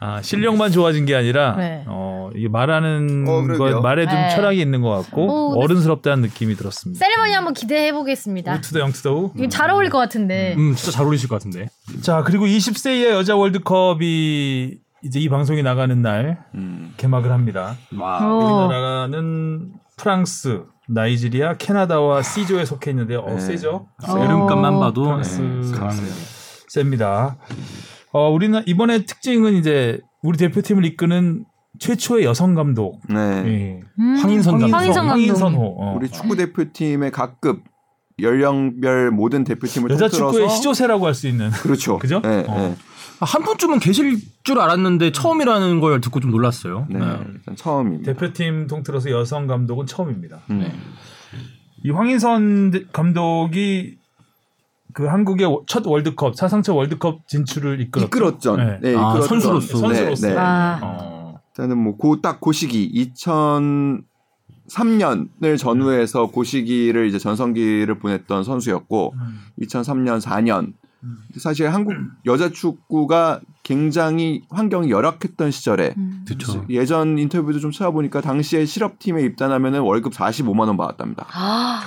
아, 실력만 좋아진 게 아니라 네. 어, 어, 이게 말하는 어, 그러게요. 것 말에 좀 네. 철학이 있는 것 같고 오, 네. 근데- 어른스럽다는 느낌이 들었습니다. 세리머니 한번 기대해 보겠습니다. 투더 영투더우. 이거 잘 어울릴 것 같은데. 음, 진짜 잘 어울리실 것 같은데. 자 그리고 20세 이하 여자 월드컵이 이제 이 방송이 나가는 날 음. 개막을 합니다. 와. 어. 우리나라는 프랑스, 나이지리아, 캐나다와 C조에 속해 있는데 어 네. 세죠? 어. 여름값만 봐도 프랑스, 네, 강한 셉니다. 어 우리는 이번에 특징은 이제 우리 대표팀을 이끄는 최초의 여성 감독 네. 예. 음. 황인선 감독. 황인선 감독. 황인선호. 어. 우리 축구 대표팀의 각급 연령별 모든 대표팀을 여자 통틀어서 축구의 시조세라고 할 수 있는. 그렇죠. 그죠? 네, 어. 네, 아, 한 분쯤은 계실 줄 알았는데 처음이라는 걸 듣고 좀 놀랐어요. 네. 네. 일단 처음입니다. 대표팀 네, 통틀어서 여성 감독은 처음입니다. 음. 이 황인선 대- 감독이 그 한국의 워- 첫 월드컵 사상 첫 월드컵 진출을 이끌었죠. 이끌었죠. 네. 네. 아, 이끌었죠. 선수로서. 선수로서. 네, 네. 아. 어. 저는 뭐고딱고 시기 2003년을 전후해서 고 시기를 이제 전성기를 보냈던 선수였고 2003년 4년 음. 사실 한국 여자 축구가 굉장히 환경이 열악했던 시절에 음. 그렇죠. 예전 인터뷰도 좀 찾아보니까 당시에 실업팀에 입단하면 월급 45만 원 받았답니다. 아,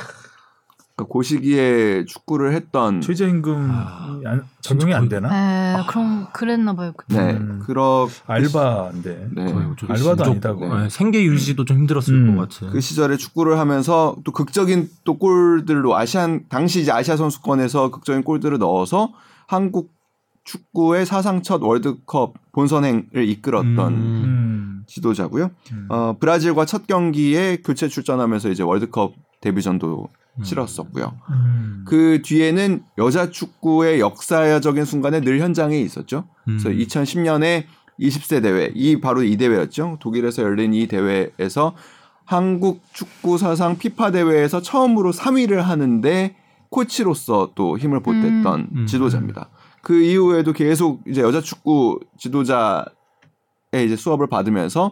그러니까 고 시기에 축구를 했던 최저임금 아, 적용이 안 되나? 에, 그럼 그랬나 봐요. 그때. 네 음. 그러 알바인데. 네. 거의 어쩌- 알바도 무조- 아니다고. 네, 생계 유지도 좀 힘들었을 음. 것 같은. 그 시절에 축구를 하면서 또 극적인 또 골들로 아시안 당시 이제 아시아 선수권에서 극적인 골들을 넣어서 한국 축구의 사상 첫 월드컵 본선행을 이끌었던 음. 음. 지도자고요. 음. 어, 브라질과 첫 경기에 교체 출전하면서 이제 월드컵 데뷔전도 음. 치렀었고요. 음. 그 뒤에는 여자 축구의 역사적인 순간에 늘 현장에 있었죠. 음. 그래서 2010년에 20세 대회, 이 바로 이 대회였죠. 독일에서 열린 이 대회에서 한국 축구 사상 피파 대회에서 처음으로 3위를 하는데 코치로서 또 힘을 보탰던 음. 지도자입니다. 그 이후에도 계속 이제 여자 축구 지도자의 이제 수업을 받으면서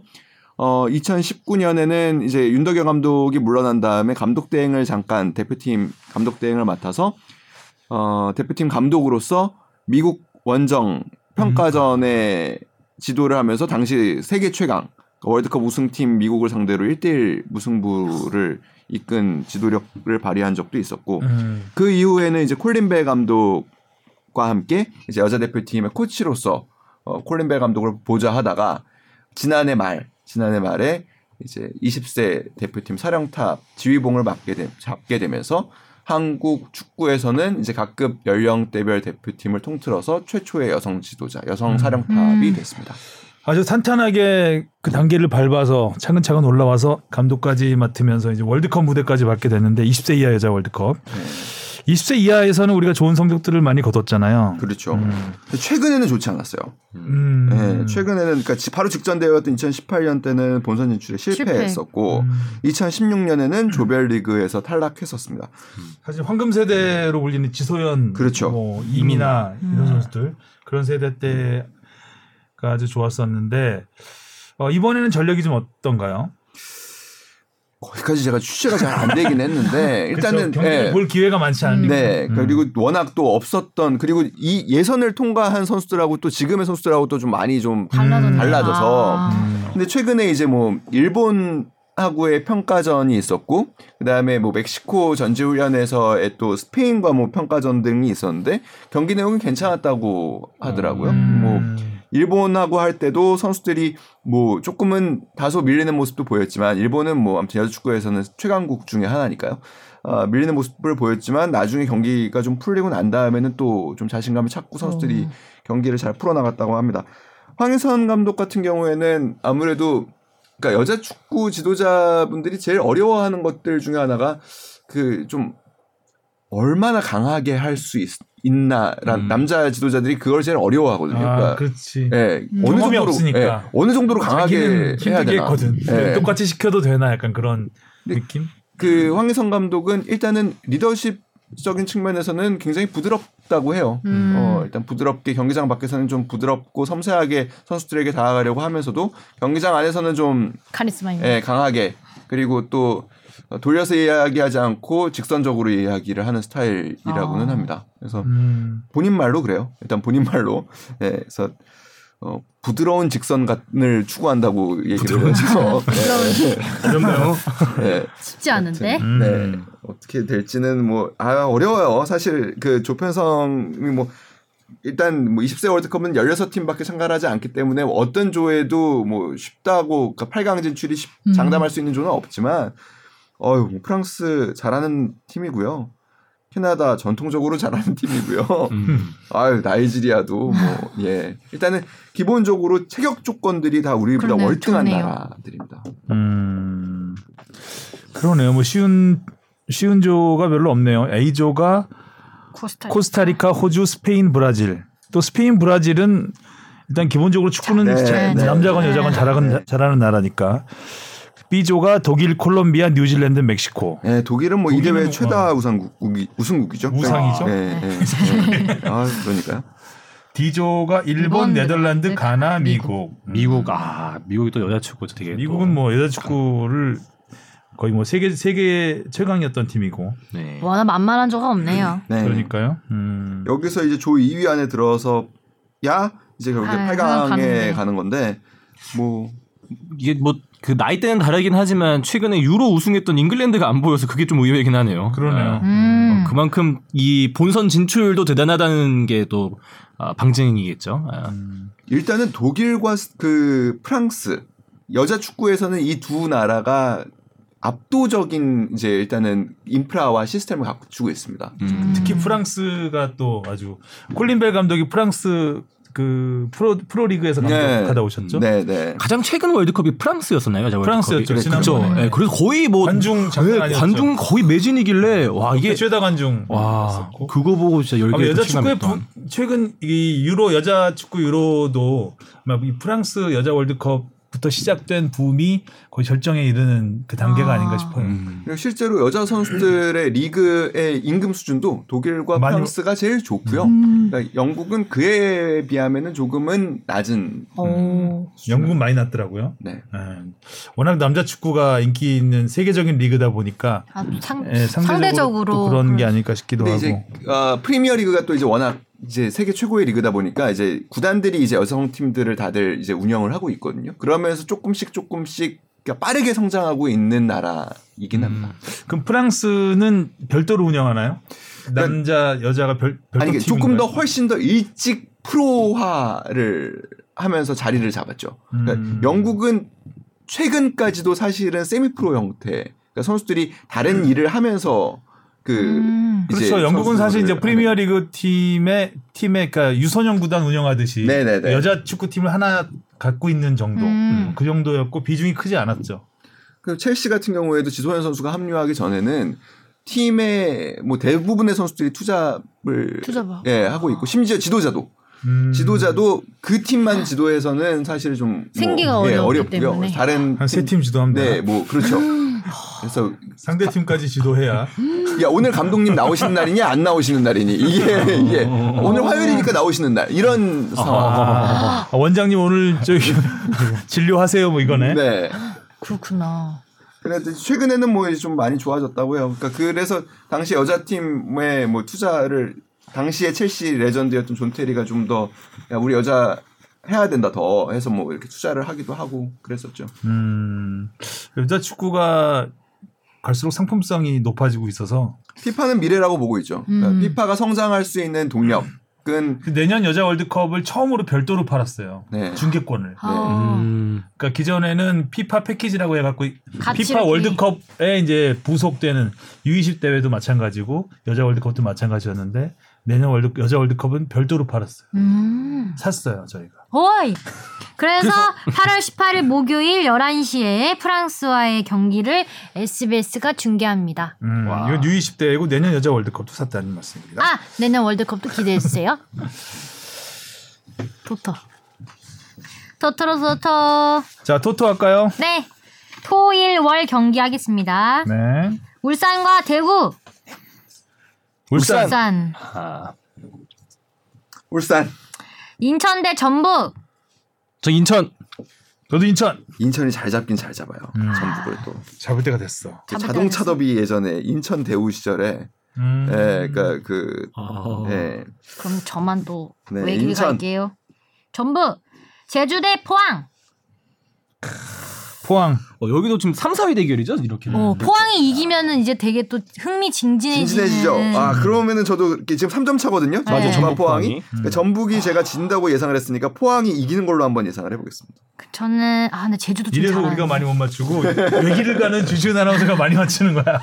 어 2019년에는 이제 윤덕여 감독이 물러난 다음에 감독 대행을 잠깐 대표팀 감독 대행을 맡아서 어 대표팀 감독으로서 미국 원정 평가전에 지도를 하면서 당시 세계 최강 그러니까 월드컵 우승팀 미국을 상대로 1대1 무승부를 이끈 지도력을 발휘한 적도 있었고 음. 그 이후에는 이제 콜린 벨 감독과 함께 이제 여자 대표팀의 코치로서 어, 콜린 벨 감독을 보좌하다가 지난해 말 지난해 말에 이제 20세 대표팀 사령탑 지휘봉을 맡게 되, 잡게 되면서 한국 축구에서는 이제 각급 연령대별 대표팀을 통틀어서 최초의 여성 지도자, 여성 사령탑이 음. 됐습니다. 아주 탄탄하게 그 단계를 밟아서 차근차근 올라와서 감독까지 맡으면서 이제 월드컵 무대까지 밟게 됐는데 20세 이하 여자 월드컵. 20세 이하에서는 우리가 좋은 성적들을 많이 거뒀잖아요. 그렇죠. 음. 최근에는 좋지 않았어요. 음. 네, 최근에는 그러니까 지- 바로 직전 대회였던 2018년 때는 본선 진출에 실패했었고 음. 2016년에는 조별리그에서 탈락했었습니다. 사실 황금 세대로 불리는 지소연, 네. 그렇죠. 음. 뭐 이민아 이런 음. 선수들 그런 세대 때가 아주 좋았었는데 어, 이번에는 전력이 좀 어떤가요? 거기까지 제가 취재가 잘 안 되긴 했는데 일단은 그렇죠. 경기를 예. 볼 기회가 많지 않으니까 네. 음. 그리고 워낙 또 없었던 그리고 이 예선을 통과한 선수들하고 또 지금의 선수들하고 또 좀 많이 좀 음. 달라졌네. 음. 달라져서. 아. 근데 최근에 이제 뭐 일본 하고의 평가전이 있었고 그다음에 뭐 멕시코 전지훈련에서의 또 스페인과 뭐 평가전 등이 있었는데 경기 내용이 괜찮았다고 하더라고요. 음. 뭐 일본하고 할 때도 선수들이 뭐 조금은 다소 밀리는 모습도 보였지만 일본은 뭐 아무튼 여자 축구에서는 최강국 중에 하나니까요. 아, 밀리는 모습을 보였지만 나중에 경기가 좀 풀리고 난 다음에는 또 좀 자신감을 찾고 선수들이 경기를 잘 풀어나갔다고 합니다. 황희선 감독 같은 경우에는 아무래도 그러니까 여자 축구 지도자분들이 제일 어려워하는 것들 중에 하나가 그 좀 얼마나 강하게 할 수 있나 란 음. 남자 지도자들이 그걸 제일 어려워하거든요. 아, 그러니까 그렇지. 예, 음. 어느 경험이 정도로 없으니까. 그 예, 어느 정도로 강하게 자기는 해야 힘들게 되나? 했거든. 네, 예. 네. 똑같이 시켜도 되나 약간 그런 근데 느낌? 그 황희성 감독은 일단은 리더십적인 측면에서는 굉장히 부드럽다고 해요. 음. 어, 일단 부드럽게 경기장 밖에서는 좀 부드럽고 섬세하게 선수들에게 다가가려고 하면서도 경기장 안에서는 좀 카리스마 있는. 예, 강하게 그리고 또 돌려서 이야기하지 않고 직선적으로 이야기를 하는 스타일이라고는 아. 합니다. 그래서 음. 본인 말로 그래요. 일단 본인 말로. 예, 그래서 어, 부드러운 직선을 추구한다고 얘기를 부드러운 해서 예. 그런가요? 네, 네. 쉽지 않은데. 음. 네. 어떻게 될지는 뭐, 아, 어려워요. 사실 그 조편성이 뭐, 일단 뭐 20세 월드컵은 16팀밖에 참가하지 않기 때문에 어떤 조에도 뭐 쉽다고, 그러니까 8강 진출이 쉽- 음. 네. 장담할 수 있는 조는 없지만, 어유 프랑스 잘하는 팀이고요. 캐나다 전통적으로 잘하는 팀이고요. 음. 아유, 나이지리아도 뭐, 예. 일단은 기본적으로 체격 조건들이 다 우리보다 그러네요. 월등한 좋네요. 나라들입니다. 음. 그러네요. 뭐 쉬운 쉬운 조가 별로 없네요. A조가 코스타. 아. 코스타리카, 호주, 스페인, 브라질. 또 스페인, 브라질은 일단 기본적으로 축구는 네, 자- 네, 남자건 네. 여자건 네. 잘하는, 잘하는 나라니까. B조가 독일, 콜롬비아, 뉴질랜드, 멕시코. 예, 독일은 뭐 독일은 이대회 뭐- 최다 우상국이 우승국이죠. 우상이죠? 네. 예, 예. 아, 그러니까요. D조가 일본, 네덜란드, 가나, 미국. 음. 미국 아 미국이 또 여자 축구 되게 또- 미국은 뭐 여자 축구를 거의 뭐 세계 세계 최강이었던 팀이고. 네. 워낙 만만한 조가 없네요. 네. 그러니까요. 음. 여기서 이제 조 2위 안에 들어서 야 이제 결국에 아, 8강에 가는데. 가는 건데 뭐 이게 뭐 그 나이대는 다르긴 하지만 최근에 유로 우승했던 잉글랜드가 안 보여서 그게 좀 의외이긴 하네요. 그러네요. 음. 어, 그만큼 이 본선 진출도 대단하다는 게 또 아, 방증이겠죠. 아, 일단은 독일과 스- 그 프랑스 여자 축구에서는 이 두 나라가 압도적인 이제 일단은 인프라와 시스템을 갖추고 있습니다. 음. 특히 프랑스가 또 아주 콜린벨 감독이 프랑스 그 프로 프로리그에서 네. 감독하다 오셨죠. 네, 네. 가장 최근 월드컵이 프랑스였었나요? 여자 프랑스였죠, 월드컵이? 지난번에. 그렇죠. 네, 그래서 거의 뭐 관중 장난 네, 아니었죠. 관중 거의 매진이길래 와 이게 이게 최다 관중. 와 있었고. 그거 보고 진짜 아마 열개 여자 축구의 부- 최근 이 유로 여자 축구 유로도 아마 이 프랑스 여자 월드컵부터 시작된 붐이 거의 절정에 이르는 그 단계가 아. 아. 닌가 싶어요. 그리고 실제로 여자 선수들의 리그의 임금 수준도 독일과 많이 프랑스가 제일 좋고요. 음. 그러니까 영국은 그에 비하면은 조금은 낮은 음. 어. 오. 그렇죠. 영국은 많이 났더라고요. 네. 예. 워낙 남자 축구가 인기 있는 세계적인 리그다 보니까 아, 상, 예, 상대적으로, 상대적으로 또 그런 게 그렇죠. 아닐까 싶기도 근데 하고 이제 어, 프리미어 리그가 또 이제 워낙 이제 세계 최고의 리그다 보니까 이제 구단들이 이제 여성 팀들을 다들 이제 운영을 하고 있거든요. 그러면서 조금씩 조금씩 그러니까 빠르게 성장하고 있는 음, 나라이긴 합니다. 그럼 프랑스는 별도로 운영하나요? 남자 여자가 별 별도 그러니까 아니 팀인가요? 이게 조금 더 훨씬 더 일찍 프로화를 하면서 자리를 잡았죠. 그러니까 음. 영국은 최근까지도 사실은 세미 프로 형태. 그러니까 선수들이 음. 다른 일을 하면서 그 음. 이제 네. 그렇죠. 영국은 사실 이제 선수들을 프리미어 리그 팀의 팀의 그러니까 유소년 구단 운영하듯이 네네네. 여자 축구 팀을 하나 갖고 있는 정도 음. 그 정도였고 비중이 크지 않았죠. 그 첼시 같은 경우에도 지소연 선수가 합류하기 전에는 팀의 뭐 대부분의 선수들이 투잡을 투잡하고. 예 하고 있고 심지어 지도자도 음. 지도자도 그 팀만 지도해서는 사실 좀 생기가 뭐, 예, 어려웠기 어렵고요. 때문에. 다른 한 세 팀 지도하면 네. 네뭐 그렇죠. 그래서 상대 팀까지 지도해야 야 오늘 감독님 나오시는 날이니 안 나오시는 날이니 이게 이게 어. 오늘 화요일이니까 나오시는 날 이런 상황. 아, 원장님 오늘 저기 진료하세요 뭐 이거네. 네. 그렇구나. 그래도 최근에는 뭐 좀 많이 좋아졌다고요. 그러니까 그래서 당시 여자팀의 뭐 투자를 당시에 첼시 레전드였던 존 테리가 좀 더 우리 여자 해야 된다 더 해서 뭐 이렇게 투자를 하기도 하고 그랬었죠. 음, 여자 축구가 갈수록 상품성이 높아지고 있어서 피파는 미래라고 보고 있죠. 그러니까 음. 피파가 성장할 수 있는 동력은 그 내년 여자 월드컵을 처음으로 별도로 팔았어요. 네. 중계권을. 아. 음. 그러니까 기존에는 피파 패키지라고 해갖고 이- 같이 피파 이렇게. 월드컵에 이제 부속되는 U20 대회도 마찬가지고 여자 월드컵도 마찬가지였는데 내년 월드 여자 월드컵은 별도로 팔았어요. 음. 샀어요 저희가. 오이. 그래서 8월 18일 목요일 11시에 프랑스와의 경기를 SBS가 중계합니다. 음, 와. 이건 U20 대회고 내년 여자 월드컵도 샀다는 말씀입니다. 아, 내년 월드컵도 기대해 주세요. 토토. 토토로 토토. 자 토토 할까요? 네. 토일 월 경기 하겠습니다. 네. 울산과 대구. 울산. 울산. 울산, 인천 대 전북. 저 인천 저도 인천 인천이 잘 잡긴 잘 잡아요. 음. 전북을 또 잡을 때가 됐어. 그 잡을 자동차 때가 더비 예전에 인천 대우 시절에 음. 예, 그러니까 그 아, 어. 예. 그럼 저만 또 네, 외길 인천. 갈게요. 전북. 제주대 포항. 포항 어, 여기도 지금 3, 4위 대결이죠 이렇게. 어, 포항이 이기면은 이제 되게 또 흥미진진해지는. 진진해지죠. 아 그러면은 저도 이렇게 지금 3점 차거든요. 맞아, 네. 전북과 전북 포항이. 포항이. 그러니까 전북이 제가 진다고 예상을 했으니까 포항이 이기는 걸로 한번 예상을 해보겠습니다. 저는 아 근데 제주도 좀 이래서 잘하네. 우리가 많이 못 맞추고 외길을 가는 주지훈 아나운서가 많이 맞추는 거야.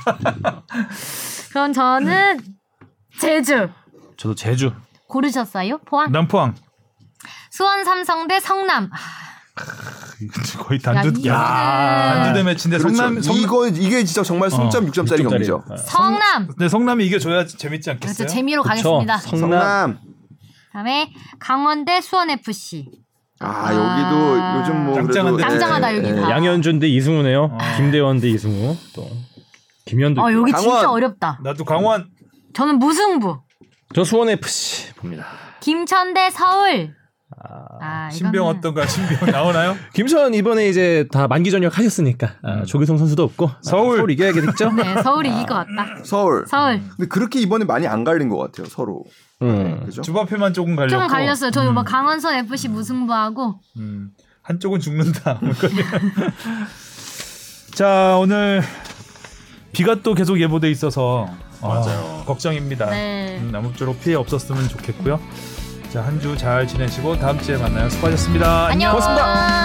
그럼 저는 제주 저도 제주. 고르셨어요? 포항. 남포항 수원 삼성대 성남. 아, 거의 단두 야, 단두대 매치인데 성남 그렇죠. 성 이거 이게 진짜 정말 어, 네. 0.6점짜리 경기죠. 성남. 근데 성남이 이겨줘야 재밌지 그래서 않겠어요? 재미로 그쵸. 가겠습니다. 성남. 성남. 그다음에 강원대 수원 FC. 아 여기도 아. 요즘 뭐 짱짱한데. 그래도, 짱짱하다, 여기 아. 다. 네, 양현준 대 이승우네요. 김대원 대 이승우 또 김현도. 어 네, 있고. 여기 강원. 진짜 어렵다. 나도 아, 강원 저는 무승부. 저 수원 FC 봅니다. 김천대 서울. 아, 신병 이거는- 어떤가 신병 나오나요? 김천 이번에 이제 다 만기 전역 하셨으니까 아, 조기성 선수도 없고 아, 서울. 서울 이겨야겠죠. 네, 서울이 이길 것 아. 같다. 서울. 서울. 근데 그렇게 이번에 많이 안 갈린 것 같아요 서로. 음. 그죠? 주바페만 조금 갈렸고 좀 갈렸어요. 저막 강원선 FC 무승부하고 음, 한쪽은 죽는다. 뭐 그런 자 오늘 비가 또 계속 예보돼 있어서 맞아요. 걱정입니다. 네. 음, 아무쪼록 피해 없었으면 좋겠고요. 자 한 주 잘 지내시고 다음 주에 만나요. 수고하셨습니다. 안녕. 고맙습니다. 고맙습니다.